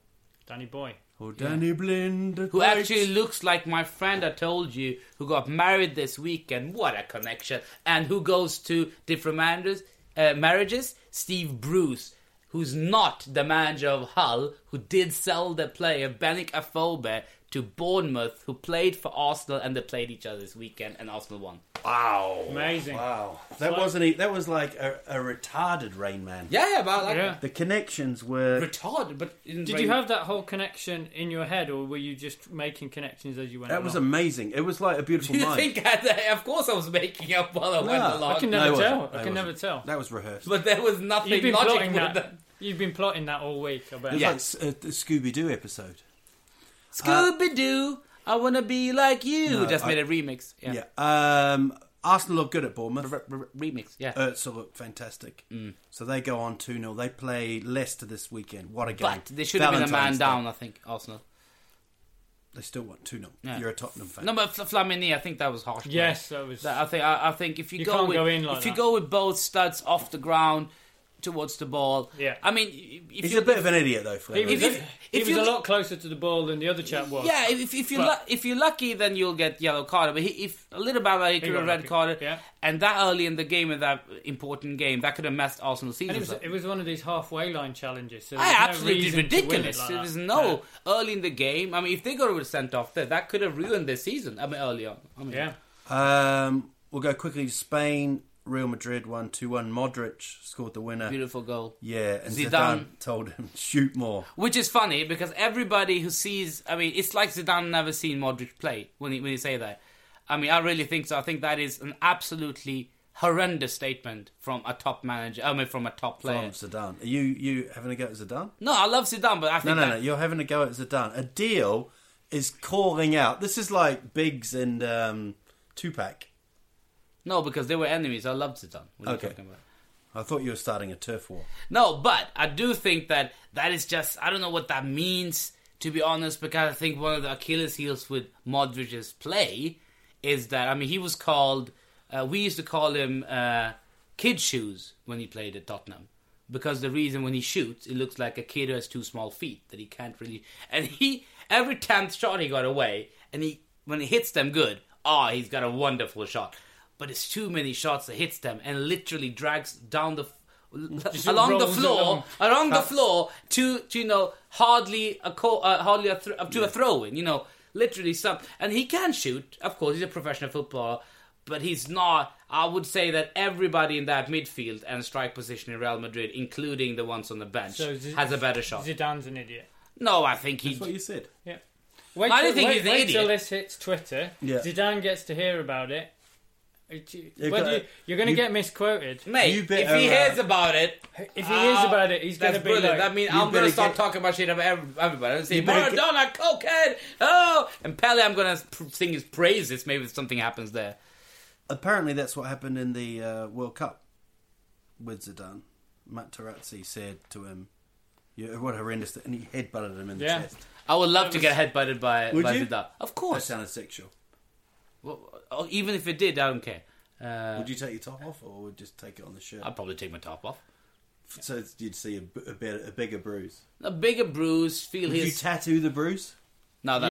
Speaker 1: Danny Boy.
Speaker 2: Or Danny Blind.
Speaker 3: who actually looks like my friend I told you, who got married this weekend. What a connection! And who goes to different marriages? Uh, marriages? Steve Bruce, who's not the manager of Hull, who did sell the player Benik Afobe to Bournemouth, who played for Arsenal, and they played each other this weekend, and Arsenal won.
Speaker 2: Wow.
Speaker 1: Amazing.
Speaker 2: Wow. That wasn't. e- That was like a, a retarded Rain Man.
Speaker 3: Yeah, yeah, but like
Speaker 1: Yeah.
Speaker 2: The connections were.
Speaker 3: retarded. But in
Speaker 1: Did you have that whole connection in your head, or were you just making connections as you went?
Speaker 2: That was
Speaker 1: along?
Speaker 2: amazing. It was like a beautiful
Speaker 3: Do you
Speaker 2: mind.
Speaker 3: think I, of course I was making up while I went
Speaker 2: No,
Speaker 3: along?
Speaker 1: I can
Speaker 2: No,
Speaker 1: never
Speaker 2: it
Speaker 1: tell.
Speaker 2: wasn't. No,
Speaker 1: I
Speaker 2: it
Speaker 1: can never
Speaker 2: wasn't.
Speaker 1: tell.
Speaker 2: That was rehearsed.
Speaker 3: But there was nothing
Speaker 1: You've been
Speaker 3: logic
Speaker 1: plotting
Speaker 3: with
Speaker 1: that.
Speaker 3: that.
Speaker 1: You've been plotting that all week. I bet.
Speaker 2: It
Speaker 3: Yeah.
Speaker 2: was like s- a, a Scooby Doo episode.
Speaker 3: Scooby Doo, I wanna be like you. Just made a remix. Yeah.
Speaker 2: Yeah. Um, Arsenal look good at Bournemouth.
Speaker 3: R- remix, yeah.
Speaker 2: Ertzel looked fantastic.
Speaker 3: Mm.
Speaker 2: So they go on 2 0. They play Leicester this weekend. What a game.
Speaker 3: but they should have been a man
Speaker 2: Valentine's Day.
Speaker 3: down, I think, Arsenal.
Speaker 2: They still want 2 0.
Speaker 3: Yeah.
Speaker 2: You're a Tottenham fan.
Speaker 3: No, but Fl- Flamini, I think that was harsh.
Speaker 1: Yes, that was.
Speaker 3: That- I think I, I think if you,
Speaker 1: You
Speaker 3: go
Speaker 1: can't
Speaker 3: with
Speaker 1: go in like
Speaker 3: if you
Speaker 1: that.
Speaker 3: go with both studs off the ground, towards the ball.
Speaker 1: Yeah.
Speaker 3: I mean, if
Speaker 2: He's
Speaker 3: you,
Speaker 2: a bit of an idiot though,
Speaker 1: He
Speaker 2: Fleming.
Speaker 1: was,
Speaker 3: If-
Speaker 1: he
Speaker 3: if
Speaker 1: was
Speaker 3: you-
Speaker 1: a lot closer to the ball than the other chap was.
Speaker 3: Yeah, if, if you
Speaker 1: But-
Speaker 3: lu- if you're lucky, then you'll get yellow card. But he, if a little bad, he could
Speaker 1: got
Speaker 3: have red
Speaker 1: lucky,
Speaker 3: carded.
Speaker 1: yeah.
Speaker 3: And that early in the game, in that important game, that could have messed Arsenal's season.
Speaker 1: And it was,
Speaker 3: up.
Speaker 1: it was one of these halfway line challenges. So
Speaker 3: Ah,
Speaker 1: there's no
Speaker 3: absolutely
Speaker 1: reason to win it
Speaker 3: ridiculous.
Speaker 1: like
Speaker 3: There
Speaker 1: that.
Speaker 3: was no early in the game. I mean, if they got a sent off there, that could have ruined their season. I mean, early on. I mean,
Speaker 1: Yeah.
Speaker 2: Um, we'll go quickly to Spain. Real Madrid won 2 1. Modric scored the winner.
Speaker 3: beautiful goal.
Speaker 2: Yeah, and Zidane.
Speaker 3: Zidane.
Speaker 2: told him, shoot more.
Speaker 3: Which is funny because everybody who sees, I mean, it's like Zidane never seen Modric play when you, when you say that. I mean, I really think so. I think that is an absolutely horrendous statement from a top manager. I mean, from a top
Speaker 2: From
Speaker 3: player.
Speaker 2: Zidane. Are you, you having a go at Zidane?
Speaker 3: No, I love Zidane, but I
Speaker 2: No,
Speaker 3: think
Speaker 2: no,
Speaker 3: that,
Speaker 2: no. You're having a go at Zidane. A deal is calling out. This is like Biggs and um, Tupac.
Speaker 3: no, because they were enemies. I loved Zidane. What are
Speaker 2: Okay.
Speaker 3: you talking about?
Speaker 2: I thought you were starting a turf war.
Speaker 3: No, but I do think that that is just I don't know what that means to be honest because I think one of the Achilles heels with Modric's play is that I mean he was called uh, we used to call him uh, kid shoes when he played at Tottenham because the reason when he shoots it looks like a kid who has two small feet that he can't really and he every tenth shot he got away and he when he hits them good ah he's got a wonderful shot but it's too many shots that hits them and literally drags down the f- along the
Speaker 1: rolls
Speaker 3: floor,
Speaker 1: along.
Speaker 3: along the floor to, to you know hardly a co- uh, hardly a th- to a throw in. You know, literally some, and he can shoot. Of course, he's a professional footballer, but he's not. I would say that everybody in that midfield and strike position in Real Madrid, including the ones on the bench,
Speaker 1: So Z-
Speaker 3: has a better shot.
Speaker 1: Zidane's an idiot.
Speaker 3: no, I think he.
Speaker 2: That's what you said.
Speaker 1: Yeah. Wait,
Speaker 3: I
Speaker 1: till,
Speaker 3: don't think
Speaker 1: wait,
Speaker 3: he's an
Speaker 1: wait till
Speaker 3: idiot.
Speaker 1: this hits Twitter.
Speaker 2: Yeah.
Speaker 1: Zidane gets to hear about it. It- you-
Speaker 2: You
Speaker 1: whether
Speaker 2: gotta-
Speaker 1: you, you're going to
Speaker 2: uh, you-
Speaker 1: get misquoted.
Speaker 3: Mate,
Speaker 2: You
Speaker 3: if
Speaker 2: better,
Speaker 3: he
Speaker 2: uh,
Speaker 3: hears about it,
Speaker 1: If he hears
Speaker 3: uh,
Speaker 1: about it, he's going to
Speaker 3: that's
Speaker 1: be
Speaker 3: brilliant.
Speaker 1: like,
Speaker 3: That means
Speaker 2: You
Speaker 3: I'm gonna
Speaker 2: better
Speaker 3: start
Speaker 2: get-
Speaker 3: talking about shit about every- everybody. I'm gonna say
Speaker 2: You better get-
Speaker 3: Maradona, cokehead, oh, and Pele. I'm gonna pr- sing his praises. Maybe something happens there.
Speaker 2: Apparently, that's what happened in the uh, World Cup with Zidane. Matt Tarazzi said to him, "You- "What horrendous!" And he headbutted him in the
Speaker 1: Yeah.
Speaker 2: chest.
Speaker 3: I would love to get headbutted by
Speaker 2: Would
Speaker 3: by
Speaker 2: you?
Speaker 3: Zidane. Uh, Of
Speaker 2: That
Speaker 3: course.
Speaker 2: sounded sexual.
Speaker 3: Well, oh, even if it did, I don't care. Uh,
Speaker 2: Would you take your top off, or would you just take it on the shirt?
Speaker 3: I'd probably take my top off.
Speaker 2: So it's- you'd see a, b- a bit- a bigger bruise.
Speaker 3: A bigger bruise, feel
Speaker 2: Would you
Speaker 3: his.
Speaker 2: tattoo the bruise?
Speaker 3: no, that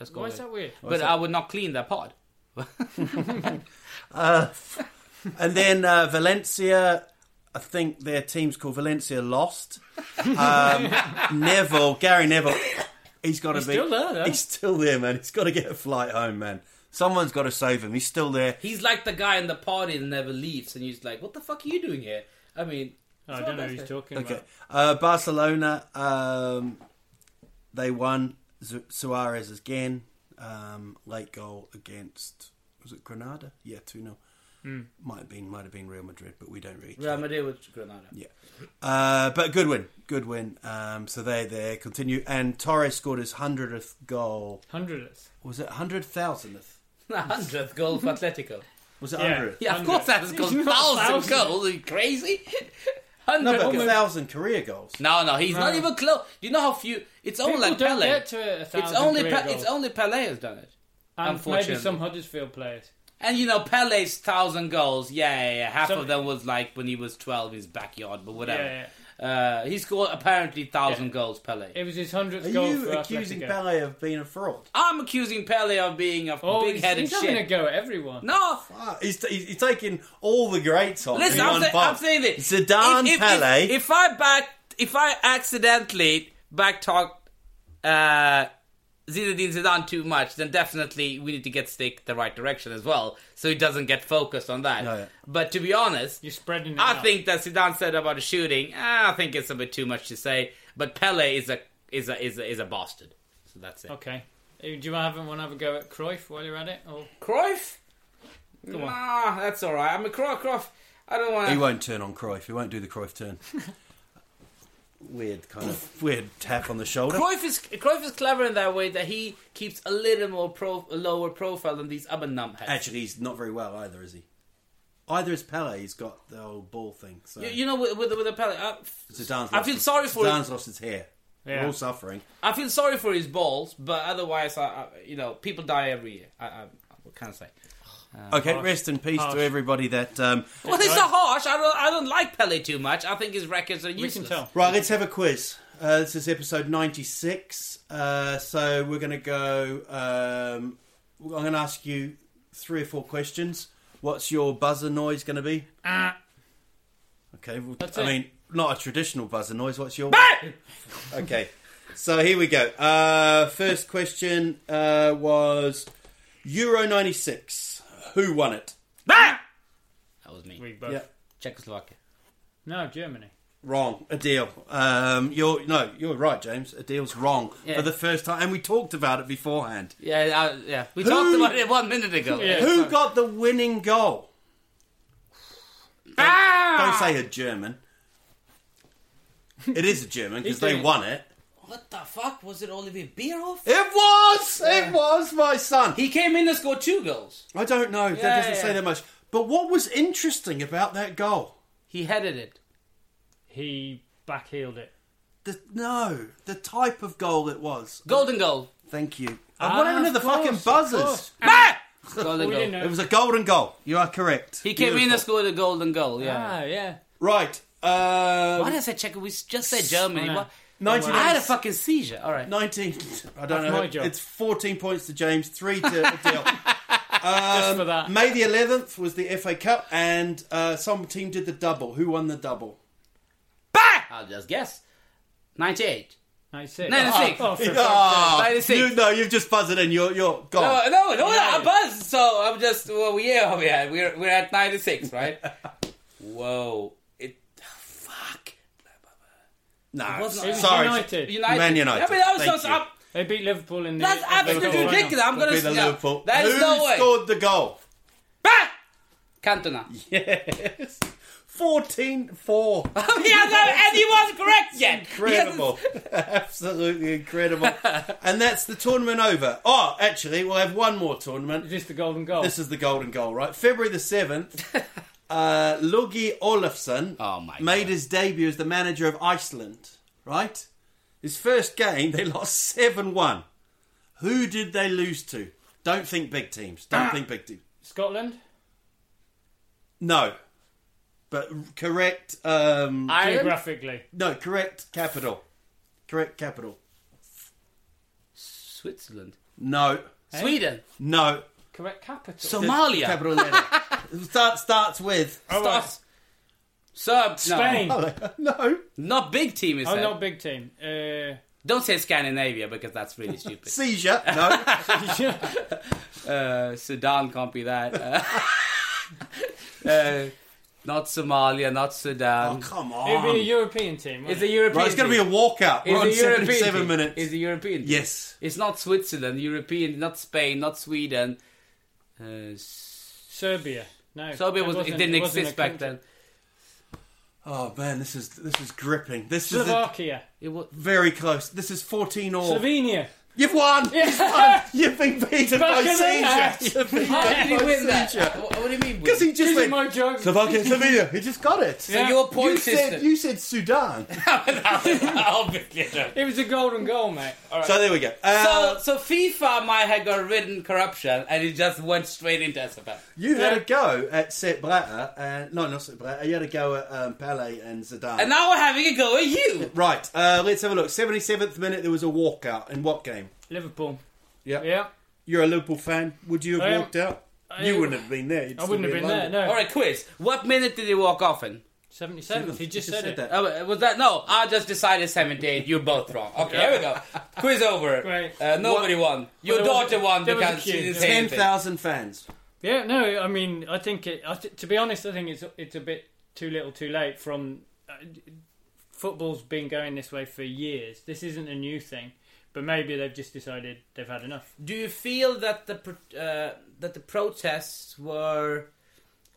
Speaker 3: Just got
Speaker 1: Why
Speaker 3: weird.
Speaker 1: is that weird?
Speaker 3: But I would not clean that pod.
Speaker 2: And then uh, Valencia, I think their team's called Valencia lost. Um, Neville, Gary Neville, he's got to
Speaker 1: He's
Speaker 2: be
Speaker 1: still there, though.
Speaker 2: He's still there, man. He's got to get a flight home, man. Someone's got to save him. He's still there.
Speaker 3: He's like the guy in the party that never leaves, and he's like, "What the fuck are you doing here?" I mean,
Speaker 1: Oh, I don't know who he's talking
Speaker 2: Okay,
Speaker 1: about.
Speaker 2: uh, Barcelona, um, they won. Su- Suarez again, um, late goal against was it Granada? Yeah, two 0
Speaker 1: Hmm.
Speaker 2: Might have been might have been Real Madrid, but we don't really.
Speaker 3: Real
Speaker 2: care.
Speaker 3: Madrid with Granada.
Speaker 2: Yeah. Uh, but good win. Good win. Um, so they they continue. And Torres scored his 100th goal.
Speaker 1: Hundredth.
Speaker 2: Was it 100,000th?
Speaker 3: Hundredth goal for Atletico.
Speaker 2: Was it
Speaker 1: Yeah.
Speaker 2: 100th?
Speaker 3: Hmm. Yeah, of course that has got
Speaker 1: He's not
Speaker 3: thousand
Speaker 1: thousand.
Speaker 3: goals. Are you crazy? Hundred.
Speaker 2: No, but
Speaker 3: goals.
Speaker 2: 1,000 career goals.
Speaker 3: No, no, he's not even close. You know how few? It's only
Speaker 1: People
Speaker 3: like
Speaker 1: don't
Speaker 3: Pele.
Speaker 1: get to a
Speaker 3: it's
Speaker 1: thousand
Speaker 3: only
Speaker 1: career
Speaker 3: Pe-
Speaker 1: goals.
Speaker 3: it's only Pele has done it.
Speaker 1: And maybe
Speaker 3: Unfortunately.
Speaker 1: some Huddersfield players.
Speaker 3: And you know Pele's thousand goals. Yeah, yeah, yeah. half
Speaker 1: Some-
Speaker 3: of them was like when he was twelve in his backyard, but whatever.
Speaker 1: Yeah,
Speaker 3: Uh, he scored apparently thousand
Speaker 1: Yeah.
Speaker 3: goals, Pele.
Speaker 1: It was his hundredth
Speaker 2: Are
Speaker 1: goal
Speaker 2: you
Speaker 1: for
Speaker 2: accusing
Speaker 1: Atletico.
Speaker 2: Pele of being a fraud?
Speaker 3: I'm accusing Pele of being a
Speaker 1: Oh, he's,
Speaker 3: big-headed
Speaker 1: he's having a
Speaker 3: shit.
Speaker 1: go at everyone.
Speaker 3: No,
Speaker 2: Ah, he's, he's, he's taking all the greats on.
Speaker 3: Listen,
Speaker 2: in
Speaker 3: I'm,
Speaker 2: one
Speaker 3: say- I'm
Speaker 2: pot.
Speaker 3: saying this.
Speaker 2: Zidane,
Speaker 3: If- if,
Speaker 2: Pele.
Speaker 3: If, if I back, if I accidentally backtalk uh, Zinedine Zidane too much, then definitely we need to get stick the right direction as well, so he doesn't get focused on that.
Speaker 2: Yeah, yeah.
Speaker 3: But to be honest,
Speaker 1: You're spreading it
Speaker 3: I
Speaker 1: out.
Speaker 3: think that Zidane said about the shooting. eh, I think it's a bit too much to say. But Pele is a is a is a, is a bastard. So that's it.
Speaker 1: Okay. Uh, Do you have want to have a go at Cruyff while you're at it? Or
Speaker 3: Cruyff.
Speaker 1: Come on.
Speaker 3: Nah, that's all right. I'm a Cruyff. Cruyff. I don't want
Speaker 2: He
Speaker 3: to.
Speaker 2: won't turn on Cruyff. He won't do the Cruyff turn. weird kind of weird tap on the shoulder.
Speaker 3: Cruyff is Cruyff is clever in that way that he keeps a little more pro, lower profile than these other numbheads.
Speaker 2: Actually, he's not very well either, is he? Either is Pele. He's got the old ball thing. So
Speaker 3: you, you know, with with, with the Pele, I,
Speaker 2: Zidane's
Speaker 3: I
Speaker 2: lost
Speaker 3: feel
Speaker 2: his-
Speaker 3: sorry for
Speaker 2: Zidane's lost his hair. We're
Speaker 1: Yeah.
Speaker 2: all suffering.
Speaker 3: I feel sorry for his balls, but otherwise, I, I you know, people die every year. I, I, what can I say?
Speaker 2: okay, rest in peace to everybody that. Um,
Speaker 3: Well, it's not harsh. I don't I don't like Pele too much. I think his records are
Speaker 1: we
Speaker 3: useless.
Speaker 1: can tell.
Speaker 2: Right, let's have a quiz. Uh, this is episode 96. Uh, so we're going to go. Um, I'm going to ask you three or four questions. What's your buzzer noise going to be?
Speaker 3: Ah.
Speaker 2: Okay, well,
Speaker 1: That's
Speaker 2: I
Speaker 1: it.
Speaker 2: mean, not a traditional buzzer noise. What's your. okay, so here we go. Uh, first question uh, was Euro 96. Who won it?
Speaker 3: That was me.
Speaker 1: We both.
Speaker 2: Yeah.
Speaker 3: Czechoslovakia.
Speaker 1: No, Germany.
Speaker 2: Wrong. A deal. Um, you're no, you're right, James. A deal's wrong
Speaker 3: Yeah.
Speaker 2: for the first time, and we talked about it beforehand.
Speaker 3: Yeah, I, yeah. We talked about it one minute ago.
Speaker 1: Yeah.
Speaker 2: Who got the winning goal?
Speaker 3: Ah!
Speaker 2: Don't say a German. It is a German because they
Speaker 1: doing it.
Speaker 2: won it.
Speaker 3: What the fuck was it? Olivier Bierhoff?
Speaker 2: It was. It was my son.
Speaker 3: He came in and scored two goals.
Speaker 2: I don't know.
Speaker 3: Yeah,
Speaker 2: that doesn't say
Speaker 3: yeah.
Speaker 2: that much. But what was interesting about that goal?
Speaker 3: He headed it.
Speaker 1: He backheeled it.
Speaker 2: The, no, the type of goal it was.
Speaker 3: Golden goal.
Speaker 2: Thank you. I'm not
Speaker 1: Ah,
Speaker 2: even at the
Speaker 1: of course,
Speaker 2: fucking
Speaker 1: of
Speaker 2: buzzers.
Speaker 1: course.
Speaker 3: Ah! Golden
Speaker 1: We
Speaker 3: goal.
Speaker 1: didn't
Speaker 2: It
Speaker 1: know.
Speaker 2: was a golden goal. You are correct.
Speaker 3: He came in
Speaker 2: Beautiful.
Speaker 3: and scored a golden goal. Yeah.
Speaker 1: Ah, yeah.
Speaker 2: Right. Um,
Speaker 3: Why did I say Czech? We just said Germany.
Speaker 1: I know.
Speaker 3: What?
Speaker 2: Nineteen-
Speaker 3: I had a fucking seizure. All right.
Speaker 2: 19. I don't
Speaker 1: That's
Speaker 2: know.
Speaker 1: my job.
Speaker 2: It's 14 points to James, 3 to Adele.
Speaker 3: Um,
Speaker 1: Just for that.
Speaker 2: May the 11th was the FA Cup, and uh, some team did the double. Who won the double?
Speaker 3: Bah! I'll just guess. Ninety-eight.
Speaker 1: 96.
Speaker 3: 96.
Speaker 1: Oh, for
Speaker 2: Ah,
Speaker 3: By the six.
Speaker 2: you, no, you've just buzzed it in. You're, you're
Speaker 3: Uh, No,
Speaker 2: gone.
Speaker 3: no, no, I buzzed. So I'm just. Well, yeah, are we at? We're we're at ninety-six, right? Whoa! It. Fuck.
Speaker 2: No,
Speaker 3: wasn't- It was
Speaker 2: sorry.
Speaker 1: United.
Speaker 3: United.
Speaker 2: Man United.
Speaker 3: I mean, I was
Speaker 2: Thank
Speaker 3: just
Speaker 2: you.
Speaker 3: up.
Speaker 1: They beat Liverpool in the.
Speaker 3: That's
Speaker 1: in the
Speaker 3: absolutely
Speaker 1: final.
Speaker 3: ridiculous. I'm gonna.
Speaker 2: Be the
Speaker 3: yeah,
Speaker 2: Liverpool.
Speaker 3: That is
Speaker 2: Who
Speaker 3: no way.
Speaker 2: scored the goal?
Speaker 3: Bah! Cantona.
Speaker 2: 14 4.
Speaker 3: he hasn't, and he wasn't correct yet. He hasn't-
Speaker 2: Incredible. Absolutely incredible. and that's the tournament over. Oh, actually, we'll have one more tournament.
Speaker 1: Is this the golden goal?
Speaker 2: This is the golden goal, right? February the 7th, uh, Logi Olafsson
Speaker 3: Oh, my
Speaker 2: made
Speaker 3: God.
Speaker 2: his debut as the manager of Iceland, right? His first game, they lost 7 1. Who did they lose to? Don't think big teams. Don't think big teams.
Speaker 1: Scotland?
Speaker 2: No. But correct, um,
Speaker 3: Ireland,
Speaker 1: Geographically.
Speaker 2: no, correct capital. Correct capital.
Speaker 3: Switzerland,
Speaker 2: No.
Speaker 3: Sweden,
Speaker 2: No.
Speaker 1: Correct capital.
Speaker 3: Somalia,
Speaker 2: Capital letter. Start, starts with.
Speaker 3: Stars- Serb, no.
Speaker 1: Spain. Oh,
Speaker 2: No.
Speaker 3: Not big team
Speaker 2: Oh,
Speaker 3: is that?
Speaker 1: not big team. Uh,
Speaker 3: Don't say Scandinavia because that's really stupid.
Speaker 2: Seizure. No.
Speaker 3: uh, Sudan can't be that. Uh, uh, not Somalia, not
Speaker 2: oh,
Speaker 3: Sudan.
Speaker 2: come
Speaker 1: it'd
Speaker 2: on.
Speaker 3: Um,
Speaker 1: be a European team.
Speaker 3: it's
Speaker 1: wouldn't
Speaker 3: a
Speaker 1: it?
Speaker 3: European.
Speaker 2: Right, it's going to be a
Speaker 3: team.
Speaker 2: walkout. We're on
Speaker 3: It's a European
Speaker 2: 77
Speaker 3: team.
Speaker 2: minutes.
Speaker 3: It's a European. team.
Speaker 2: Yes.
Speaker 3: It's not Switzerland. European. Not Spain. Not Sweden. Uh, s-
Speaker 1: Serbia. No,
Speaker 3: Serbia
Speaker 1: there
Speaker 3: was, it
Speaker 1: wasn't-
Speaker 3: didn't
Speaker 1: it wasn't a
Speaker 3: exist back
Speaker 1: country.
Speaker 3: then.
Speaker 2: Oh man, this is this is gripping. This is a-
Speaker 1: Slovakia,
Speaker 3: It was,
Speaker 2: very close. This is fourteen all.
Speaker 1: Slovenia.
Speaker 2: You've won. You've won. You've been beaten by
Speaker 1: Back in the net.
Speaker 2: Seizure. You've been
Speaker 3: how did
Speaker 2: beaten
Speaker 3: he
Speaker 2: by
Speaker 3: win that?
Speaker 2: Seizure.
Speaker 3: What, what do you mean?
Speaker 2: Because he just
Speaker 1: This is
Speaker 2: went
Speaker 1: my joke.
Speaker 2: Slovakia, Slovenia. He just got it.
Speaker 3: So your point
Speaker 2: you
Speaker 3: system.
Speaker 2: said you said Sudan.
Speaker 3: Obviously, I don't.
Speaker 1: It was a golden goal, mate.
Speaker 2: So there we go. Uh,
Speaker 3: So, so FIFA might have got ridden corruption, and it just went straight into SFL.
Speaker 2: you had
Speaker 1: yeah.
Speaker 2: a go at Sepp Blatter, and no, not Sepp Blatter. You had a go at um, Pele and Zidane.
Speaker 3: And now we're having a go at you.
Speaker 2: right, uh, let's have a look. Seventy seventh minute, there was a walkout in what game?
Speaker 1: Liverpool.
Speaker 2: Yeah.
Speaker 1: Yeah,
Speaker 2: You're a Liverpool fan. Would you have
Speaker 1: I am.
Speaker 2: walked out?
Speaker 1: I-
Speaker 2: you wouldn't have been there. You'd
Speaker 1: I wouldn't have been
Speaker 2: still be in
Speaker 1: there.
Speaker 2: London.
Speaker 1: No,
Speaker 3: All right, quiz. What minute did he walk off in?
Speaker 1: 77th. He just, said, it.
Speaker 2: that.
Speaker 3: Uh, was that no? I just decided seventy-eight. You're both wrong. Okay, here we go. Quiz over.
Speaker 1: Great.
Speaker 3: Uh, nobody won.
Speaker 1: there was
Speaker 3: Your
Speaker 1: a-
Speaker 3: daughter won
Speaker 1: there was a
Speaker 3: because she
Speaker 1: queue.
Speaker 3: didn't say
Speaker 2: Ten
Speaker 3: anything.
Speaker 2: thousand fans.
Speaker 1: Yeah, no. I mean, I think it. I th- to be honest, I think it's it's a bit too little, too late. From uh, football's been going this way for years. This isn't a new thing, but maybe they've just decided they've had enough.
Speaker 3: Do you feel that the pro- uh, that the protests were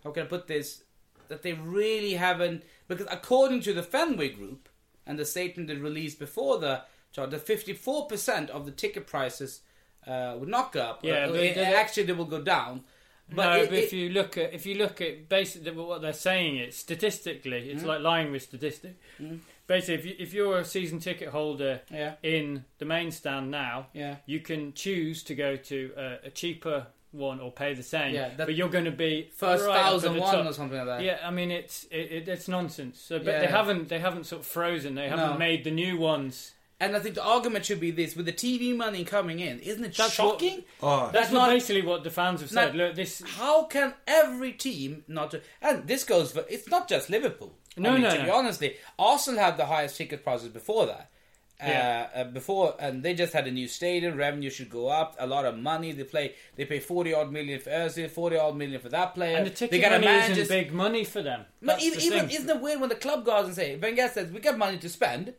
Speaker 3: how can I put this that they really haven't because according to the Fenway Group and the statement they released before the charge, the fifty four percent of the ticket prices uh, would not go up.
Speaker 1: Yeah,
Speaker 3: Uh,
Speaker 1: but
Speaker 3: it-
Speaker 1: they-
Speaker 3: actually they will go down. But,
Speaker 1: no,
Speaker 3: it-
Speaker 1: but if
Speaker 3: it-
Speaker 1: you look at if you look at basically what they're saying, it's statistically,
Speaker 3: Mm.
Speaker 1: it's like lying with statistic. Basically, if, you, if you're a season ticket holder
Speaker 3: Yeah.
Speaker 1: in the main stand now,
Speaker 3: Yeah.
Speaker 1: you can choose to go to a, a cheaper one or pay the same.
Speaker 3: Yeah, that-
Speaker 1: but you're going to be
Speaker 3: First
Speaker 1: right up at
Speaker 3: 1,001
Speaker 1: the top.
Speaker 3: or something like that.
Speaker 1: Yeah, I mean it's it, it, it's nonsense. So, but
Speaker 3: Yeah.
Speaker 1: they haven't they haven't sort of frozen. They haven't
Speaker 3: No.
Speaker 1: made the new ones.
Speaker 3: and I think the argument should be this with the TV money coming in, isn't it
Speaker 1: That's what-
Speaker 3: shocking?
Speaker 1: That's,
Speaker 3: not-
Speaker 1: basically what the fans have said.
Speaker 3: not-
Speaker 1: Look, this
Speaker 3: How can every team not? And this goes for it's not just Liverpool.
Speaker 1: No,
Speaker 3: I mean,
Speaker 1: no,
Speaker 3: To
Speaker 1: no.
Speaker 3: be honestly, Arsenal had the highest ticket prices before that.
Speaker 1: Yeah.
Speaker 3: Uh, uh, before and they just had a new stadium. Revenue should go up. A lot of money. They play. They pay forty odd million for Özil, forty odd million for that player.
Speaker 1: and the
Speaker 3: they
Speaker 1: ticket
Speaker 3: got a
Speaker 1: money
Speaker 3: manager's-
Speaker 1: isn't big money for them.
Speaker 3: But
Speaker 1: That's
Speaker 3: even,
Speaker 1: the
Speaker 3: even
Speaker 1: thing.
Speaker 3: isn't it weird when the club goes and say Wenger says we got money to spend,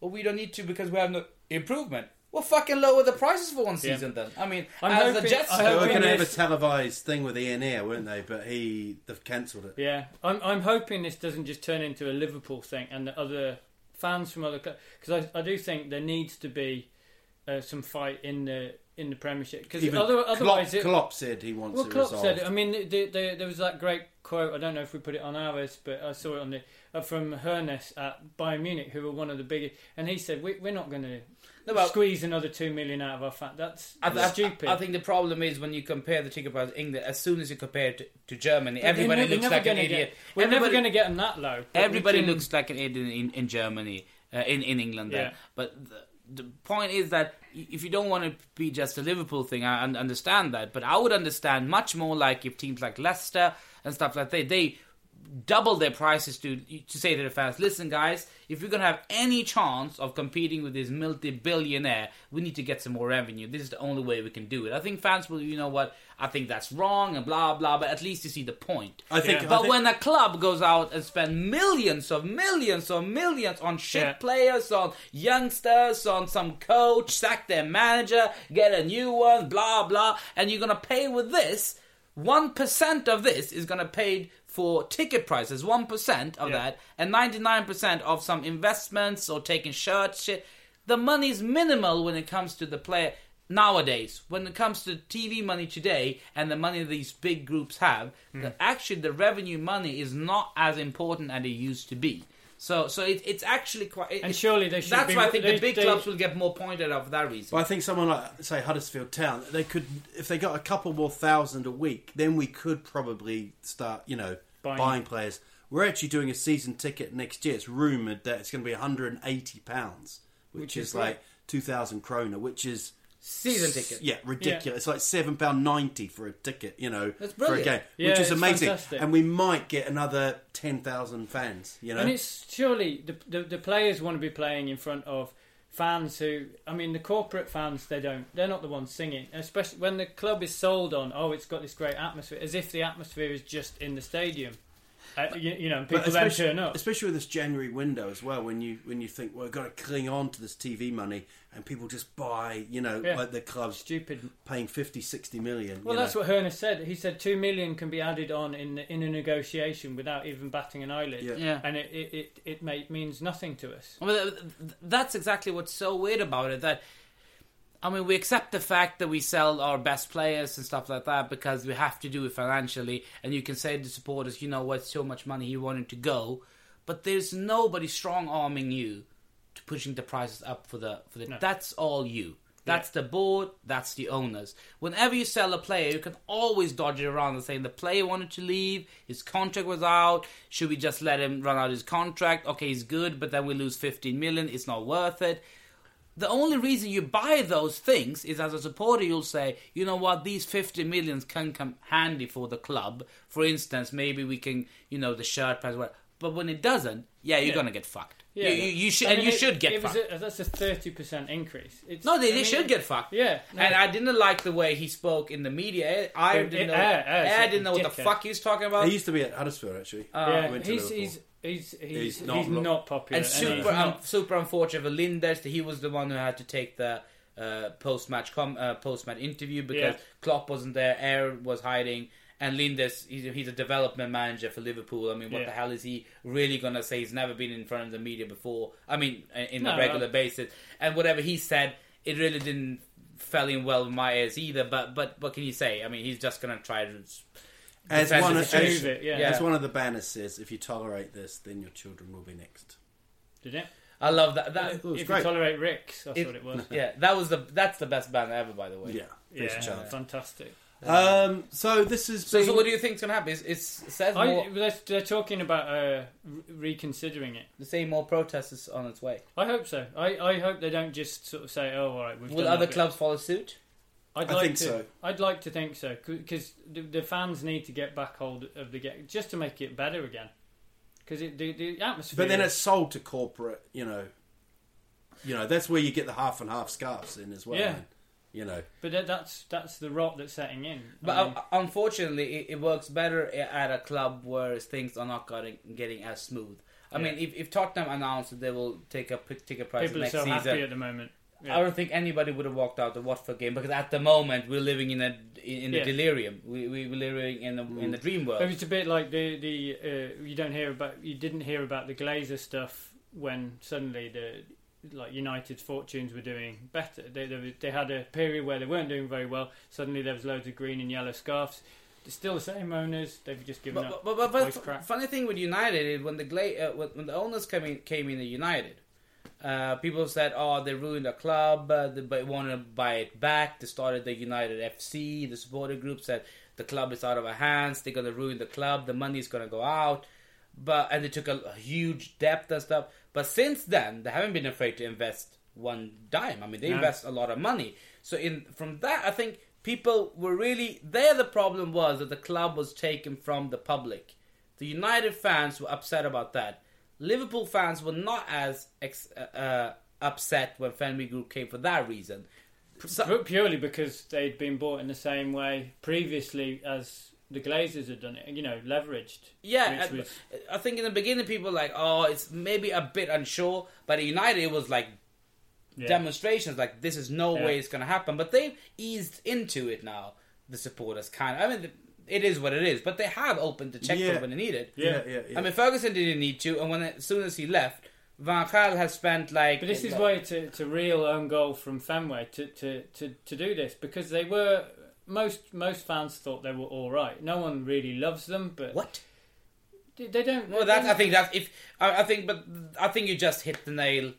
Speaker 3: but we don't need to because we have no improvement. Well, fucking lower the prices for one
Speaker 1: Yeah.
Speaker 3: season then. I mean,
Speaker 1: I'm
Speaker 3: as the
Speaker 1: hoping-
Speaker 3: Jets
Speaker 1: I
Speaker 2: They
Speaker 3: do.
Speaker 1: hope
Speaker 2: were
Speaker 1: Hoping
Speaker 2: going to have a
Speaker 1: this-
Speaker 2: televised thing with Ian Air, weren't they? But he they've cancelled it.
Speaker 1: Yeah, I'm I'm hoping this doesn't just turn into a Liverpool thing and the other fans from other because I, I do think there needs to be uh, some fight in the in the Premiership because
Speaker 2: Even
Speaker 1: other,
Speaker 2: Klopp,
Speaker 1: otherwise it,
Speaker 2: Klopp said he wants
Speaker 1: well
Speaker 2: it
Speaker 1: Klopp
Speaker 2: resolved.
Speaker 1: said I mean the, the, the, there was that great quote I don't know if we put it on ours but I saw it on the uh, from Hernes at Bayern Munich who were one of the biggest and he said we, we're not going to
Speaker 3: but-
Speaker 1: squeeze another two million out of our fat that's,
Speaker 3: I, I-
Speaker 1: that's stupid
Speaker 3: I think the problem is when you compare the ticket price in England. As soon as you compare it to, to Germany,
Speaker 1: But they're
Speaker 3: everybody
Speaker 1: never-
Speaker 3: looks
Speaker 1: never
Speaker 3: like an
Speaker 1: gonna get-
Speaker 3: idiot.
Speaker 1: we're never
Speaker 3: Everybody-
Speaker 1: going to get them that low but we
Speaker 3: Everybody
Speaker 1: can-
Speaker 3: looks like an idiot in, in Germany, uh, in in England. Then.
Speaker 1: Yeah.
Speaker 3: But the, the point is that i- if you don't want to be just a Liverpool thing, I un- understand that. But I would understand much more like if teams like Leicester and stuff like that they double their prices to to say to the fans, listen, guys, if you're gonna have any chance of competing with this multi-billionaire, we need to get some more revenue. This is the only way we can do it. I think fans will, you know what? I think that's wrong and blah blah. But at least you see the point.
Speaker 2: I think- Yeah. I
Speaker 3: But
Speaker 2: think-
Speaker 3: when a club goes out and spend millions of millions of millions on shit
Speaker 1: Yeah.
Speaker 3: players, on youngsters, on some coach, sack their manager, get a new one, blah blah, and you're gonna pay with this. One percent of this is gonna paid for ticket prices. One percent of
Speaker 1: Yeah.
Speaker 3: that, and ninety nine percent of some investments or taking shirts shit. The money's minimal when it comes to the player nowadays. When it comes to TV money today and the money these big groups have, the, actually the revenue money is not as important as it used to be. So, so it, it's actually quite. it-
Speaker 1: And surely they should
Speaker 3: That's
Speaker 1: be-
Speaker 3: why I think
Speaker 1: they-
Speaker 3: the big
Speaker 1: they-
Speaker 3: clubs will get more pointed out for that reason.
Speaker 2: But I think someone like say Huddersfield Town, they could if they got a couple more thousand a week, then we could probably start, you know,
Speaker 1: Buying.
Speaker 2: buying, players. We're actually doing a season ticket next year. It's rumored that it's going to be 180 pounds, which,
Speaker 1: Which
Speaker 2: is,
Speaker 1: is
Speaker 2: like 2,000 kroner, which is
Speaker 3: Season ticket.
Speaker 2: Yeah, ridiculous. It's like seven pound ninety for a ticket, you know,
Speaker 3: That's
Speaker 2: for a
Speaker 3: brilliant.
Speaker 2: game,
Speaker 1: Yeah,
Speaker 2: which is
Speaker 1: it's
Speaker 2: amazing.
Speaker 1: fantastic.
Speaker 2: And we might get another ten thousand fans, you know.
Speaker 1: And it's surely the, the the players want to be playing in front of fans who, I mean, the corporate fans they don't. They're not the ones singing, especially when the club is sold on. Oh, it's got this great atmosphere, as if the atmosphere is just in the stadium. Uh, you, you know,
Speaker 2: But
Speaker 1: people then
Speaker 2: especially-
Speaker 1: turn up.
Speaker 2: Especially with this January window as well, when you when you think, well, we've got to cling on to this TV money, and people just buy, you know,
Speaker 1: Yeah.
Speaker 2: like the clubs
Speaker 1: Stupid.
Speaker 2: paying 50, 60 million.
Speaker 1: Well,
Speaker 2: you
Speaker 1: that's
Speaker 2: know.
Speaker 1: what Herner said. He said two million can be added on in the, in a negotiation without even batting an eyelid,
Speaker 2: Yeah.
Speaker 3: Yeah.
Speaker 1: and it it it, it may, means nothing to us.
Speaker 3: I mean, th- th- that's exactly what's so weird about it. That I mean, we accept the fact that we sell our best players and stuff like that because we have to do it financially. And you can say to supporters, you know what, so much money he wanted to go, but there's nobody strong arming you to pushing the prices up for the for the. That's all you. That's the board. That's the owners. Whenever you sell a player, you can always dodge it around and saying the player wanted to leave, his contract was out. Should we just let him run out his contract? Okay, he's good, but then we lose 15 million. It's not worth it. The only reason you buy those things is as a supporter, you'll say, you know what, these 50 millions can come handy for the club. For instance, maybe we can, you know, the shirt price. whatever. But when it doesn't, yeah, you're gonna get fucked. Yeah, you, you, you should,
Speaker 1: I
Speaker 3: and
Speaker 1: mean,
Speaker 3: you
Speaker 1: it-
Speaker 3: should get
Speaker 1: it was
Speaker 3: fucked.
Speaker 1: a, that's a thirty percent increase. It's,
Speaker 3: No, they,
Speaker 1: I
Speaker 3: they
Speaker 1: mean,
Speaker 3: should
Speaker 1: it-
Speaker 3: get fucked.
Speaker 1: Yeah, no.
Speaker 3: And I didn't like the way he spoke in the media. I
Speaker 1: It-
Speaker 3: didn't
Speaker 1: it-
Speaker 3: know.
Speaker 1: uh, uh, it's
Speaker 3: I
Speaker 1: a
Speaker 3: didn't know what the
Speaker 1: dickhead.
Speaker 3: fuck he was talking about.
Speaker 2: He used to be at Huddersfield, actually.
Speaker 1: yeah,
Speaker 2: Went to
Speaker 1: Uh, he's,
Speaker 2: Liverpool.
Speaker 1: he's he's he's
Speaker 2: He's
Speaker 1: he's
Speaker 2: not
Speaker 1: not,
Speaker 2: look-
Speaker 1: popular.
Speaker 3: and
Speaker 1: he's
Speaker 3: super, um,
Speaker 1: not-
Speaker 3: super unfortunate for Linders that he was the one who had to take the uh, post-match com- uh, post-match interview because
Speaker 1: Yeah.
Speaker 3: Klopp wasn't there, Air was hiding, and Linders he's, he's a development manager for Liverpool. I mean, what
Speaker 1: Yeah.
Speaker 3: the hell is he really gonna say? He's never been in front of the media before. I mean, uh, in a
Speaker 1: No,
Speaker 3: regular
Speaker 1: no.
Speaker 3: basis, and whatever he said, it really didn't fell in well with my ears either. But but what can you say? I mean, he's just gonna try to.
Speaker 2: as
Speaker 3: defends
Speaker 2: one,
Speaker 3: the
Speaker 2: as,
Speaker 1: truth of it, yeah.
Speaker 2: as one of the banners says, if you tolerate this, then your children will be next.
Speaker 1: Did it?
Speaker 3: I love that. that
Speaker 2: It was
Speaker 1: if
Speaker 2: great.
Speaker 1: you tolerate Ricks, that's
Speaker 3: If-
Speaker 1: what it was.
Speaker 3: yeah, that was the that's the best band ever, by the way.
Speaker 2: yeah,
Speaker 1: Yeah,
Speaker 2: Bruce Charles.
Speaker 1: fantastic.
Speaker 2: Um, so this is
Speaker 3: So, so what do you think's gonna happen? It's, it's it says more,
Speaker 1: I, they're, they're talking about uh, re- reconsidering it.
Speaker 3: the same more protests is on its way.
Speaker 1: I hope so. I, I hope they don't just sort of say, "Oh, all right, we've
Speaker 3: Will
Speaker 1: done
Speaker 3: other
Speaker 1: that bit."
Speaker 3: clubs follow suit?
Speaker 1: I'd
Speaker 2: I
Speaker 1: like
Speaker 2: think
Speaker 1: to,
Speaker 2: so.
Speaker 1: I'd like to think so because the, the fans need to get back hold of the game just to make it better again. Because the, the atmosphere.
Speaker 2: but then it's sold to corporate. You know, you know that's where you get the half and half scarves in as well.
Speaker 1: Yeah.
Speaker 2: man. you know,
Speaker 1: But that, that's that's the rot that's setting in.
Speaker 3: But
Speaker 1: I mean,
Speaker 3: uh, unfortunately, it, it works better i- at a club where things are not getting, getting as smooth. I mean, if, if Tottenham announced that they will take a pick- ticket price
Speaker 1: people are
Speaker 3: next
Speaker 1: so
Speaker 3: season,
Speaker 1: happy at the moment. Yeah.
Speaker 3: I don't think anybody would have walked out the Watford game because at the moment we're living in a in, in a
Speaker 1: Yeah. Mm.
Speaker 3: delirium. We we we're living in a, in the dream world.
Speaker 1: It was a bit like the the uh, you don't hear about you didn't hear about the Glazer stuff when suddenly the like United's fortunes were doing better. They they, were- they had a period where they weren't doing very well. Suddenly there was loads of green and yellow scarves. They're still the same owners. They've just given
Speaker 3: But
Speaker 1: up.
Speaker 3: but, but, but
Speaker 1: Voice crack.
Speaker 3: funny thing with United is when the gla- uh, when when the owners came in, came in at United, uh, people said, "Oh, they ruined the club. Uh, they but want to buy it back." They started the United FC. The supporter group said the club is out of our hands. They're gonna ruin the club. The money's gonna go out. But and they took a, a huge debt and stuff. But since then, they haven't been afraid to invest one dime. I mean, they invest a lot of money. So in from that, I think people were really there. The problem was that the club was taken from the public. The United fans were upset about that. Liverpool fans were not as ex- uh, uh, upset when Fenway Group came for that reason. So,
Speaker 1: Pu- purely because they'd been bought in the same way previously as the Glazers had done it. You know, leveraged.
Speaker 3: yeah,
Speaker 1: which
Speaker 3: and-
Speaker 1: was-
Speaker 3: I think in the beginning people were like, oh, it's maybe a bit unsure, but at United it was like
Speaker 1: yeah.
Speaker 3: demonstrations like this is no
Speaker 1: Yeah.
Speaker 3: way it's going to happen. But they've eased into it now. The supporters kind of, I mean, it is what it is, but they have opened the checkbook
Speaker 2: Yeah.
Speaker 3: when they need it.
Speaker 2: yeah, yeah. yeah.
Speaker 3: I mean, Ferguson didn't need to, and when as soon as he left, Van Gaal has spent like.
Speaker 1: But this is why it's a, it's a real own goal from Fenway to, to, to, to do this because they were most most fans thought they were all right. No one really loves them, but
Speaker 3: what.
Speaker 1: they, they don't.
Speaker 3: Well, that I think that's if I, I think, but I think you just hit the nail.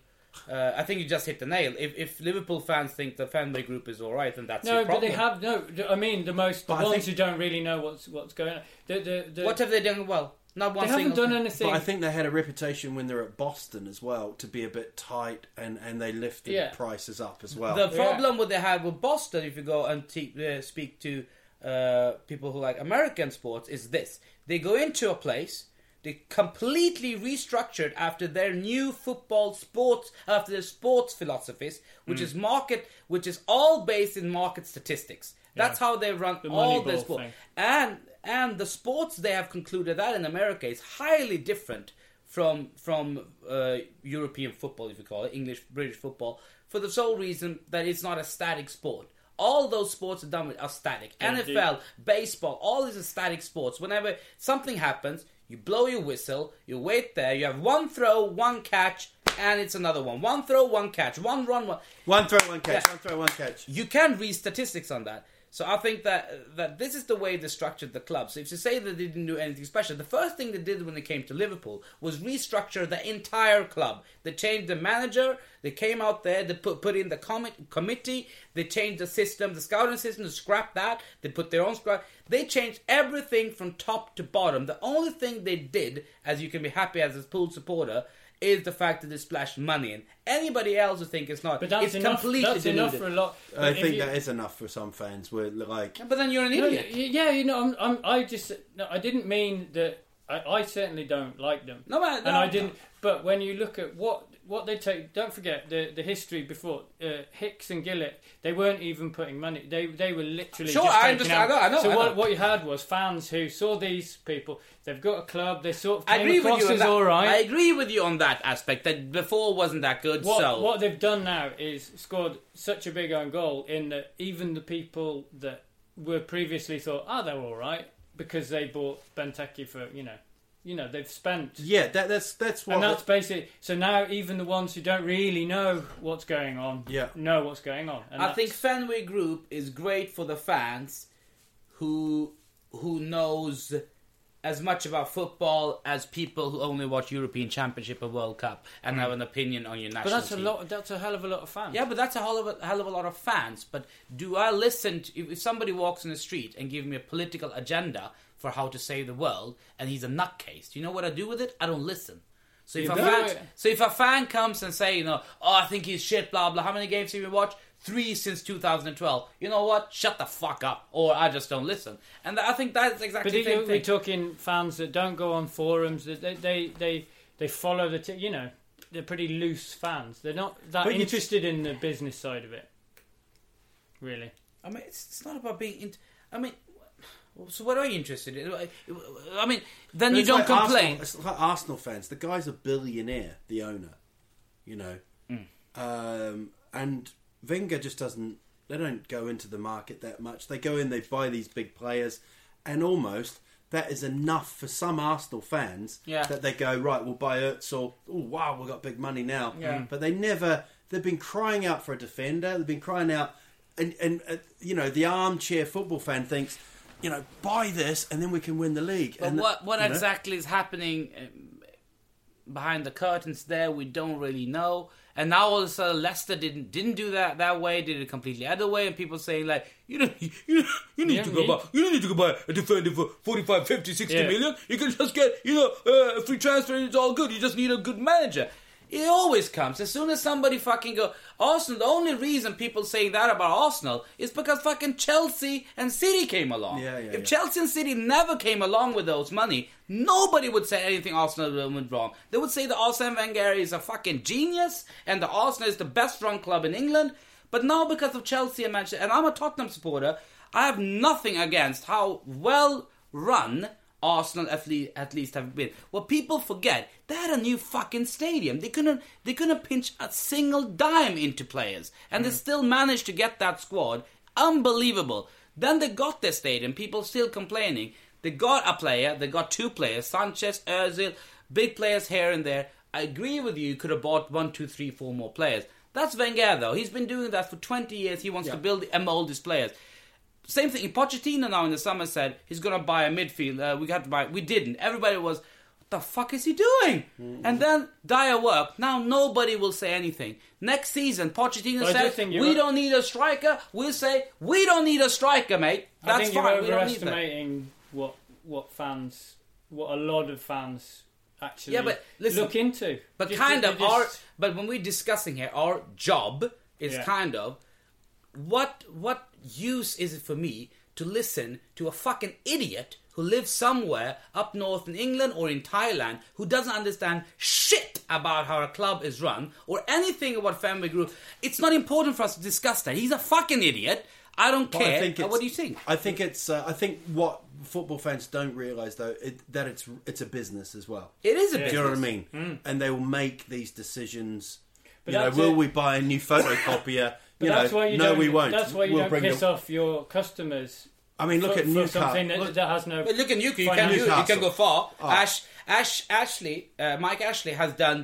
Speaker 3: Uh, I think you just hit the nail. If, if Liverpool fans think the fanboy group is all right, then that's
Speaker 1: No,
Speaker 3: your
Speaker 1: but
Speaker 3: problem.
Speaker 1: they have no. I mean, the most the
Speaker 2: But I
Speaker 1: ones
Speaker 2: think-
Speaker 1: who don't really know what's what's going on. The, the, the,
Speaker 3: What have they done well? Not one
Speaker 1: they haven't
Speaker 3: single.
Speaker 1: done
Speaker 3: thing.
Speaker 1: anything.
Speaker 2: but I think they had a reputation when they were at Boston as well to be a bit tight, and and they lifted
Speaker 1: Yeah.
Speaker 2: prices up as well.
Speaker 3: The problem what they had with Boston, if you go and te- uh, speak to uh, people who like American sports, is this: they go into a place, they completely restructured after their new football sports, after their sports philosophies, which is market, which is all based in market statistics. That's how they run
Speaker 1: The
Speaker 3: all
Speaker 1: Moneyball
Speaker 3: their sports.
Speaker 1: thing.
Speaker 3: And and the sports they have concluded that in America is highly different from from uh, European football, if you call it English British football, for the sole reason that it's not a static sport. All those sports are done with are static. NFL, baseball, all these are static sports. Whenever something happens, you blow your whistle, you wait there, you have one throw, one catch, and it's another one. One throw, one catch, one run, one.
Speaker 2: One throw, one catch.
Speaker 3: Yeah.
Speaker 2: One throw, one catch.
Speaker 3: You can read statistics on that. So I think that that this is the way they structured the club. So if you say that they didn't do anything special, the first thing they did when they came to Liverpool was restructure the entire club. They changed the manager. They came out there. They put put in the commit, committee. They changed the system, the scouting system. They scrapped that. They put their own scrap. They changed everything from top to bottom. The only thing they did, as you can be happy as a pool supporter, is the fact that they splashed money in. Anybody else who think it's not,
Speaker 1: But that's
Speaker 3: it's
Speaker 1: enough.
Speaker 3: completely
Speaker 1: That's enough
Speaker 3: deluded.
Speaker 1: for a lot.
Speaker 2: I
Speaker 1: But if
Speaker 2: think
Speaker 1: you-
Speaker 2: that is enough for some fans. We're like,
Speaker 3: But then you're an
Speaker 1: No,
Speaker 3: idiot.
Speaker 1: y- yeah, you know, I'm, I'm, I just, no, I didn't mean that. I, I certainly don't like them.
Speaker 3: No, but-
Speaker 1: and
Speaker 3: no,
Speaker 1: I
Speaker 3: no.
Speaker 1: didn't. But when you look at what what they take, don't forget the the history before uh, Hicks and Gillett. They weren't even putting money. They they were literally
Speaker 3: Sure,
Speaker 1: Just
Speaker 3: I
Speaker 1: taking
Speaker 3: understand.
Speaker 1: Out.
Speaker 3: I know, I know,
Speaker 1: So
Speaker 3: I
Speaker 1: what
Speaker 3: know.
Speaker 1: what you had was fans who saw these people. They've got a club. They sort of
Speaker 3: I
Speaker 1: came
Speaker 3: agree
Speaker 1: across
Speaker 3: with you. On
Speaker 1: as
Speaker 3: that.
Speaker 1: all right.
Speaker 3: I agree with you on that aspect. That before wasn't that good.
Speaker 1: What,
Speaker 3: so
Speaker 1: what they've done now is scored such a big own goal in that even the people that were previously thought, ah, they're all right because they bought Benteke for you know, you know they've spent,
Speaker 2: yeah, that, that's that's what.
Speaker 1: and that's basically. So now even the ones who don't really know what's going on,
Speaker 2: Yeah.
Speaker 1: know what's going on. And
Speaker 3: I
Speaker 1: that's-
Speaker 3: think Fenway Group is great for the fans who who knows as much about football as people who only watch European Championship or World Cup and have an opinion on your
Speaker 1: Hmm. but
Speaker 3: national.
Speaker 1: that's a
Speaker 3: team.
Speaker 1: lot. That's a hell of a lot of fans.
Speaker 3: Yeah, but that's a hell of a, hell of a lot of fans. But do I listen? To, if, if somebody walks in the street and gives me a political agenda for how to save the world, and he's a nutcase, do you know what I do with it? I don't listen. So if,
Speaker 1: You
Speaker 3: a
Speaker 1: don't.
Speaker 3: fan, so if a fan comes and say, you know, oh, I think he's shit, blah blah. How many games have you watched? Three since 2012. You know what? Shut the fuck up, or I just don't listen. And I think that's exactly
Speaker 1: But
Speaker 3: the same
Speaker 1: you, we're
Speaker 3: thing.
Speaker 1: talking fans that don't go on forums. That they they they, they follow the t- you know they're pretty loose fans. They're not that
Speaker 2: But you-
Speaker 1: interested in the business side of it. Really,
Speaker 3: I mean, it's, it's not about being. In- I mean. So what are you interested in? I mean, then you
Speaker 2: it's
Speaker 3: don't
Speaker 2: like
Speaker 3: complain.
Speaker 2: Arsenal- it's like Arsenal fans. The guy's a billionaire, the owner. You know,
Speaker 3: Mm.
Speaker 2: um, and Wenger just doesn't. They don't go into the market that much. They go in, they buy these big players, and almost that is enough for some Arsenal fans
Speaker 3: Yeah.
Speaker 2: that they go right. We'll buy Ertzel. Oh wow, we've got big money now.
Speaker 3: Yeah. Mm.
Speaker 2: But they never. They've been crying out for a defender. They've been crying out, and and uh, you know the armchair football fan thinks. You know, buy this, and then we can win the league.
Speaker 3: But
Speaker 2: and
Speaker 3: what what
Speaker 2: you know?
Speaker 3: exactly is happening um, behind the curtains there? We don't really know. And now all of a sudden, Leicester didn't didn't do that that way. Did it completely other way. And people saying like, you don't you, don't- you need
Speaker 1: Yeah,
Speaker 3: to go
Speaker 1: we-
Speaker 3: buy you don't need to go buy a defender for 45, 50, 60
Speaker 1: Yeah.
Speaker 3: million. You can just get you know uh, a free transfer. and It's all good. You just need a good manager. It always comes as soon as somebody fucking go Arsenal. The only reason people say that about Arsenal is because fucking Chelsea and City came along.
Speaker 2: Yeah, yeah,
Speaker 3: if
Speaker 2: yeah.
Speaker 3: Chelsea and City never came along with those money, nobody would say anything Arsenal went wrong. They would say that Arsene Wenger is a fucking genius and the Arsenal is the best run club in England. But now because of Chelsea and Manchester, and I'm a Tottenham supporter, I have nothing against how well run Arsenal at least, at least have been. What people forget, they had a new fucking stadium. They couldn't they couldn't pinch a single dime into players, and they still managed to get that squad. Unbelievable. Then they got their stadium. People still complaining. They got a player. They got two players: Sanchez, Özil, big players here and there. I agree with you. Could have bought one, two, three, four more players. That's Wenger though. He's been doing that for 20 years. He wants to build and mold his players. Same thing. Pochettino now in the summer said he's gonna buy a midfielder. We got to buy. We didn't. Everybody was, what the fuck is he doing?
Speaker 1: Mm-hmm.
Speaker 3: And then Dyer worked. Now nobody will say anything. Next season, Pochettino
Speaker 1: But I do
Speaker 3: says
Speaker 1: think
Speaker 3: we
Speaker 1: you're right."
Speaker 3: don't need a striker. We'll say we don't need a striker, mate.
Speaker 1: I
Speaker 3: That's
Speaker 1: think you're
Speaker 3: fine. We don't need that.
Speaker 1: overestimating what what fans, what a lot of fans actually
Speaker 3: Yeah, but listen-
Speaker 1: look into.
Speaker 3: But
Speaker 1: Just-
Speaker 3: kind
Speaker 1: they
Speaker 3: of our.
Speaker 1: just-
Speaker 3: But when we're discussing here, our job is
Speaker 1: Yeah.
Speaker 3: kind of what what use is it for me to listen to a fucking idiot who lives somewhere up north in England or in Thailand who doesn't understand shit about how a club is run or anything about family group? It's not important for us to discuss that. He's a fucking idiot. I don't
Speaker 2: But
Speaker 3: care.
Speaker 2: I think it's,
Speaker 3: what do you think?
Speaker 2: I think it's. Uh, I think what football fans don't realise though it, that it's it's a business as well.
Speaker 3: It is a
Speaker 2: Do you know what I
Speaker 3: business.
Speaker 2: mean? And they will make these decisions.
Speaker 1: Mm. But
Speaker 2: you know,
Speaker 1: that's
Speaker 2: will
Speaker 1: it.
Speaker 2: we buy a new photocopier?
Speaker 1: But
Speaker 2: you know,
Speaker 1: that's why you
Speaker 2: no,
Speaker 1: don't,
Speaker 2: we won't.
Speaker 1: That's why you
Speaker 2: we'll
Speaker 1: don't
Speaker 2: bring
Speaker 1: piss
Speaker 2: them-
Speaker 1: off your customers.
Speaker 2: I mean, look
Speaker 1: for,
Speaker 2: at
Speaker 1: for something that,
Speaker 2: Newcastle. Look-
Speaker 1: that has no.
Speaker 3: But look at Newcastle. You can
Speaker 1: financial-
Speaker 3: do, you can
Speaker 2: Newcastle.
Speaker 3: go far. Ash, Ash, Ashley, uh, Mike Ashley has done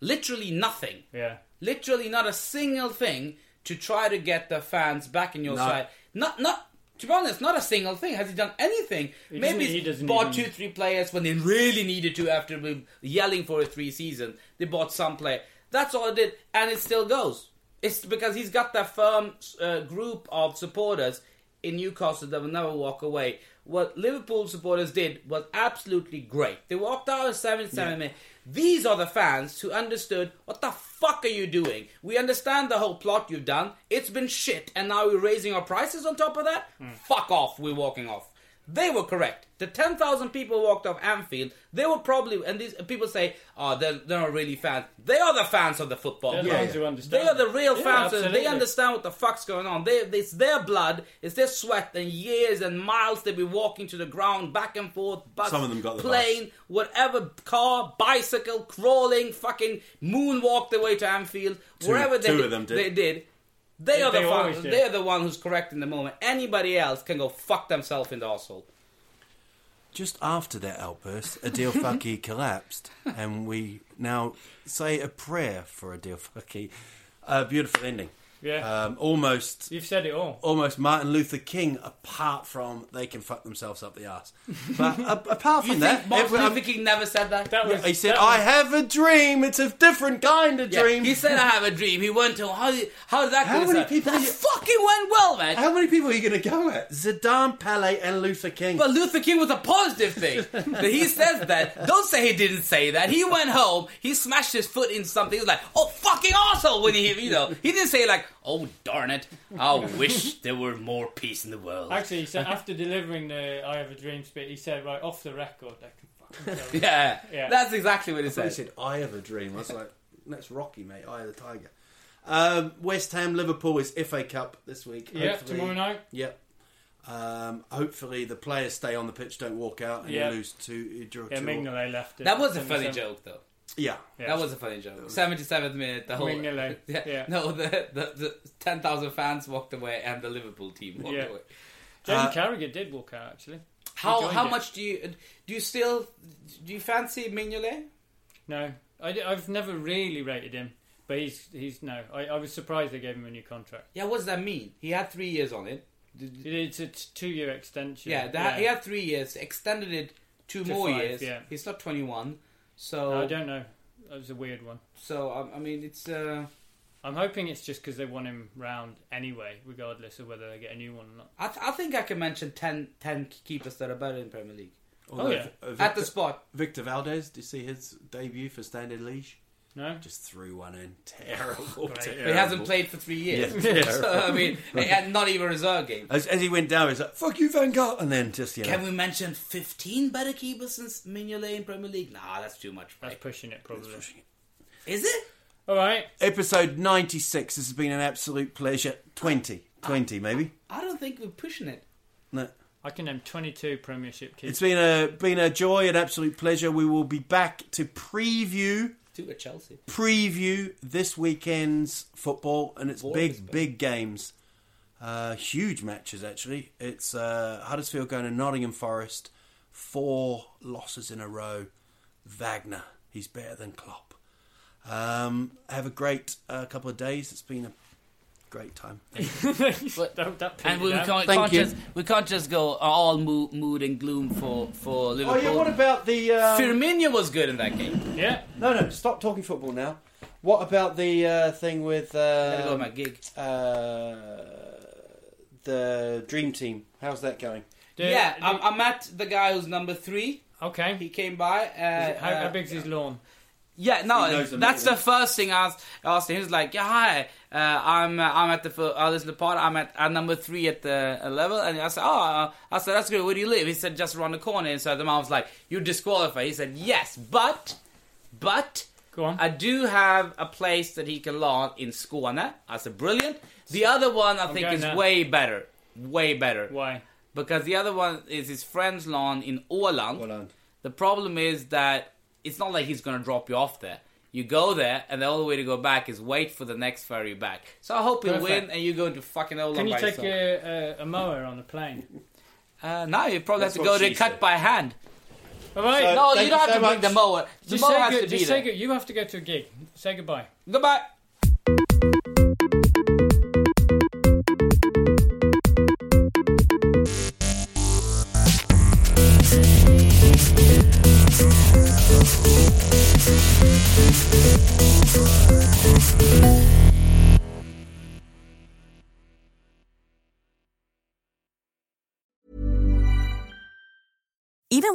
Speaker 3: literally nothing.
Speaker 1: Yeah.
Speaker 3: Literally not a single thing to try to get the fans back in your
Speaker 2: No.
Speaker 3: side. Not, not. To be honest, not a single thing. Has he done anything?
Speaker 1: doesn't-
Speaker 3: Maybe
Speaker 1: he
Speaker 3: he's
Speaker 1: doesn't
Speaker 3: bought
Speaker 1: even-
Speaker 3: two, three players when they really needed to after we- yelling for a three season. They bought some player. That's all it did, and it still goes. It's because he's got that firm uh, group of supporters in Newcastle that will never walk away. What Liverpool supporters did was absolutely great. They walked out of 77 minutes. These are the fans who understood what the fuck are you doing? We understand the whole plot you've done. It's been shit, and now we're raising our prices on top of that?
Speaker 1: Hmm.
Speaker 3: Fuck off, we're walking off. They were correct. The 10,000 people walked off Anfield. They were probably, and these people say, oh, they're, they're not really fans. They are the fans of the football.
Speaker 1: They're the
Speaker 3: club.
Speaker 1: ones who understand
Speaker 3: They are the
Speaker 1: it.
Speaker 3: real
Speaker 1: Yeah,
Speaker 3: fans. and they
Speaker 1: absolutely.
Speaker 3: understand what the fuck's going on. They, it's their blood, it's their sweat, and years and miles they've been walking to the ground, back and forth, bus,
Speaker 2: Some of them got the
Speaker 3: plane, whatever, car, bicycle, crawling, fucking moonwalk their way to Anfield. wherever they,
Speaker 2: two of them did.
Speaker 3: they did. They, are the
Speaker 1: they always
Speaker 3: fun,
Speaker 1: do.
Speaker 3: they're the one who's correct in the moment. Anybody else can go fuck themselves in the asshole.
Speaker 2: Just after that outburst, Adil Fakir collapsed, and we now say a prayer for Adil Fakir. A beautiful ending.
Speaker 1: Yeah.
Speaker 2: Um, almost
Speaker 1: You've said it
Speaker 3: Oh,
Speaker 1: all.
Speaker 2: almost Martin Luther King, apart from they can fuck themselves up the ass. But a- apart
Speaker 3: You think
Speaker 2: from that,
Speaker 3: Martin
Speaker 2: everyone-
Speaker 3: Luther King never said that?
Speaker 1: That was.
Speaker 2: he said,
Speaker 1: that
Speaker 2: "I
Speaker 1: was-
Speaker 2: have a dream. It's a different kind of
Speaker 3: Yeah,
Speaker 2: dream."
Speaker 3: He said, "I have a dream." He went to how? did- How did that?
Speaker 2: How
Speaker 3: go?
Speaker 2: many
Speaker 3: That-
Speaker 2: people
Speaker 3: That
Speaker 2: you-
Speaker 3: fucking went well, man.
Speaker 2: How many people are you going to go at? Zidane, Pele, and Luther King.
Speaker 3: But Luther King was a positive thing. that he says that. Don't say he didn't say that. He went home. He smashed his foot in something. He was like, "Oh fucking asshole!" When he, you know, he didn't say like, "Oh darn it, I wish there were more peace in the world."
Speaker 1: Actually, he said after delivering the "I Have a Dream" bit, he said, "Right off the record, I can fucking tell you."
Speaker 3: yeah,
Speaker 1: Yeah.
Speaker 3: that's exactly what he
Speaker 2: He
Speaker 3: said.
Speaker 2: said, "I have a dream." I was like, "That's Rocky, mate. I the tiger." Um, West Ham, Liverpool is FA Cup this week.
Speaker 1: Yeah,
Speaker 2: Hopefully-
Speaker 1: tomorrow night.
Speaker 2: Yep. Um, hopefully the players stay on the pitch, don't walk out, and
Speaker 1: Yeah.
Speaker 2: you lose two. You draw
Speaker 1: Yeah,
Speaker 2: two all.
Speaker 1: Mignolet left. it.
Speaker 3: That was a funny
Speaker 1: Seven-
Speaker 3: joke, though.
Speaker 2: Yeah.
Speaker 3: That was a funny joke. Seventy seventh minute, the whole
Speaker 1: Mignolet,
Speaker 3: yeah,
Speaker 1: yeah.
Speaker 3: No, the the, the ten thousand fans walked away, and the Liverpool team walked
Speaker 1: Yeah.
Speaker 3: away.
Speaker 1: Jamie
Speaker 2: Uh,
Speaker 1: Carragher did walk out actually.
Speaker 3: How
Speaker 1: joined
Speaker 3: how
Speaker 1: it.
Speaker 3: much do you do you still do you fancy Mignolet?
Speaker 1: No, I, have never really rated him, but he's he's no. I, I was surprised they gave him a new contract.
Speaker 3: Yeah, what does that mean? He had three years on it.
Speaker 1: It- It's a two year extension.
Speaker 3: Yeah, that, he had three years, extended it two
Speaker 1: To
Speaker 3: more
Speaker 1: five,
Speaker 3: years.
Speaker 1: yeah.
Speaker 3: He's not twenty one, so
Speaker 1: I don't know. That was a weird one.
Speaker 3: so um, I mean it's uh,
Speaker 1: I'm hoping it's just because they want him round anyway, regardless of whether they get a new one or not.
Speaker 3: I, th- I think I can mention 10, 10 keepers that are better in Premier League
Speaker 2: Although,
Speaker 1: yeah.
Speaker 2: uh, Victor,
Speaker 3: Oh, at the spot.
Speaker 2: Victor Valdez, do you see his debut for Standard Liège?
Speaker 1: No,
Speaker 2: Just threw one in. Terrible. terrible.
Speaker 3: But Oh, he hasn't played for three years. so, I mean, and not even a reserve game.
Speaker 2: As, as he went down, he's like, "Fuck you, Van Gaal," and then just you know,
Speaker 3: Can we mention 15 better keepers since Mignolet in Premier League? Nah, that's too much.
Speaker 1: that's
Speaker 3: right?
Speaker 1: pushing it probably.
Speaker 3: Is it?
Speaker 1: All right,
Speaker 2: episode 96 this has been an absolute pleasure 20 20 maybe
Speaker 3: I don't think we're pushing it.
Speaker 2: no
Speaker 1: I can name 22 Premiership keepers.
Speaker 2: it's been a been a joy an absolute pleasure we will be back to preview
Speaker 3: Two at Chelsea.
Speaker 2: preview this weekend's football and it's
Speaker 3: Boring,
Speaker 2: big
Speaker 3: but-
Speaker 2: big games uh, huge matches actually it's uh, Huddersfield going to Nottingham Forest four losses in a row Wagner he's better than Klopp um, have a great uh, couple of days it's been a great time
Speaker 1: Don't- don't pin it
Speaker 3: And we
Speaker 1: down.
Speaker 3: can't,
Speaker 2: Thank
Speaker 3: can't
Speaker 2: you.
Speaker 3: just we can't just go all mood, mood and gloom for for
Speaker 2: Oh
Speaker 3: Liverpool.
Speaker 2: yeah, what about the? Um,
Speaker 3: Firmino was good in that game.
Speaker 1: Yeah,
Speaker 2: no, no, stop talking football now. What about the uh, thing with
Speaker 3: Gotta go to
Speaker 2: uh,
Speaker 3: my gig.
Speaker 2: uh, the dream team? How's that going?
Speaker 1: Do-
Speaker 3: yeah,
Speaker 1: do-
Speaker 3: I'm, I met the guy who's number three.
Speaker 1: okay.
Speaker 3: He came by. Uh,
Speaker 1: how,
Speaker 3: uh,
Speaker 1: how big's his lawn?
Speaker 3: Yeah, no,
Speaker 2: He knows them,
Speaker 3: that's
Speaker 2: yeah.
Speaker 3: the first thing I asked, I asked him. He was like, "Yeah, hi, uh, I'm uh, I'm at the fir- I listen to pod. I'm at uh, number three at the uh, level." And I said, "Oh, uh, I said that's good. Where do you live?" He said, "Just around the corner." And so the mom was like, "You're disqualified." He said, "Yes, but, but."
Speaker 1: Go on.
Speaker 3: I do have a place that he can learn in Skåne. I said, brilliant. The other one I think
Speaker 1: going
Speaker 3: is
Speaker 1: there.
Speaker 3: way better. Way better.
Speaker 1: Why?
Speaker 3: Because the other one is his friend's lawn in Åland.
Speaker 2: Åland.
Speaker 3: The problem is that it's not like he's going to drop you off there. You go there, and the only way to go back is wait for the next ferry back. So I hope you
Speaker 1: Perfect.
Speaker 3: win, and you go to fucking Åland
Speaker 1: Can you
Speaker 3: by
Speaker 1: take
Speaker 3: yourself.
Speaker 1: a, a, a mower on the plane?
Speaker 3: Uh, no, you probably
Speaker 2: That's
Speaker 3: have to
Speaker 2: what
Speaker 3: go to
Speaker 2: she
Speaker 3: cut
Speaker 2: said.
Speaker 3: by hand.
Speaker 1: All right.
Speaker 2: So-
Speaker 3: No,
Speaker 2: Thank
Speaker 3: you don't
Speaker 2: you
Speaker 3: have
Speaker 2: so
Speaker 3: to bring the
Speaker 2: much.
Speaker 3: mower. The
Speaker 1: just
Speaker 3: mower
Speaker 1: say
Speaker 3: has
Speaker 1: good,
Speaker 3: to be
Speaker 1: just
Speaker 3: there.
Speaker 1: say good. You have to go to a gig. Say goodbye.
Speaker 3: Goodbye.
Speaker 4: Even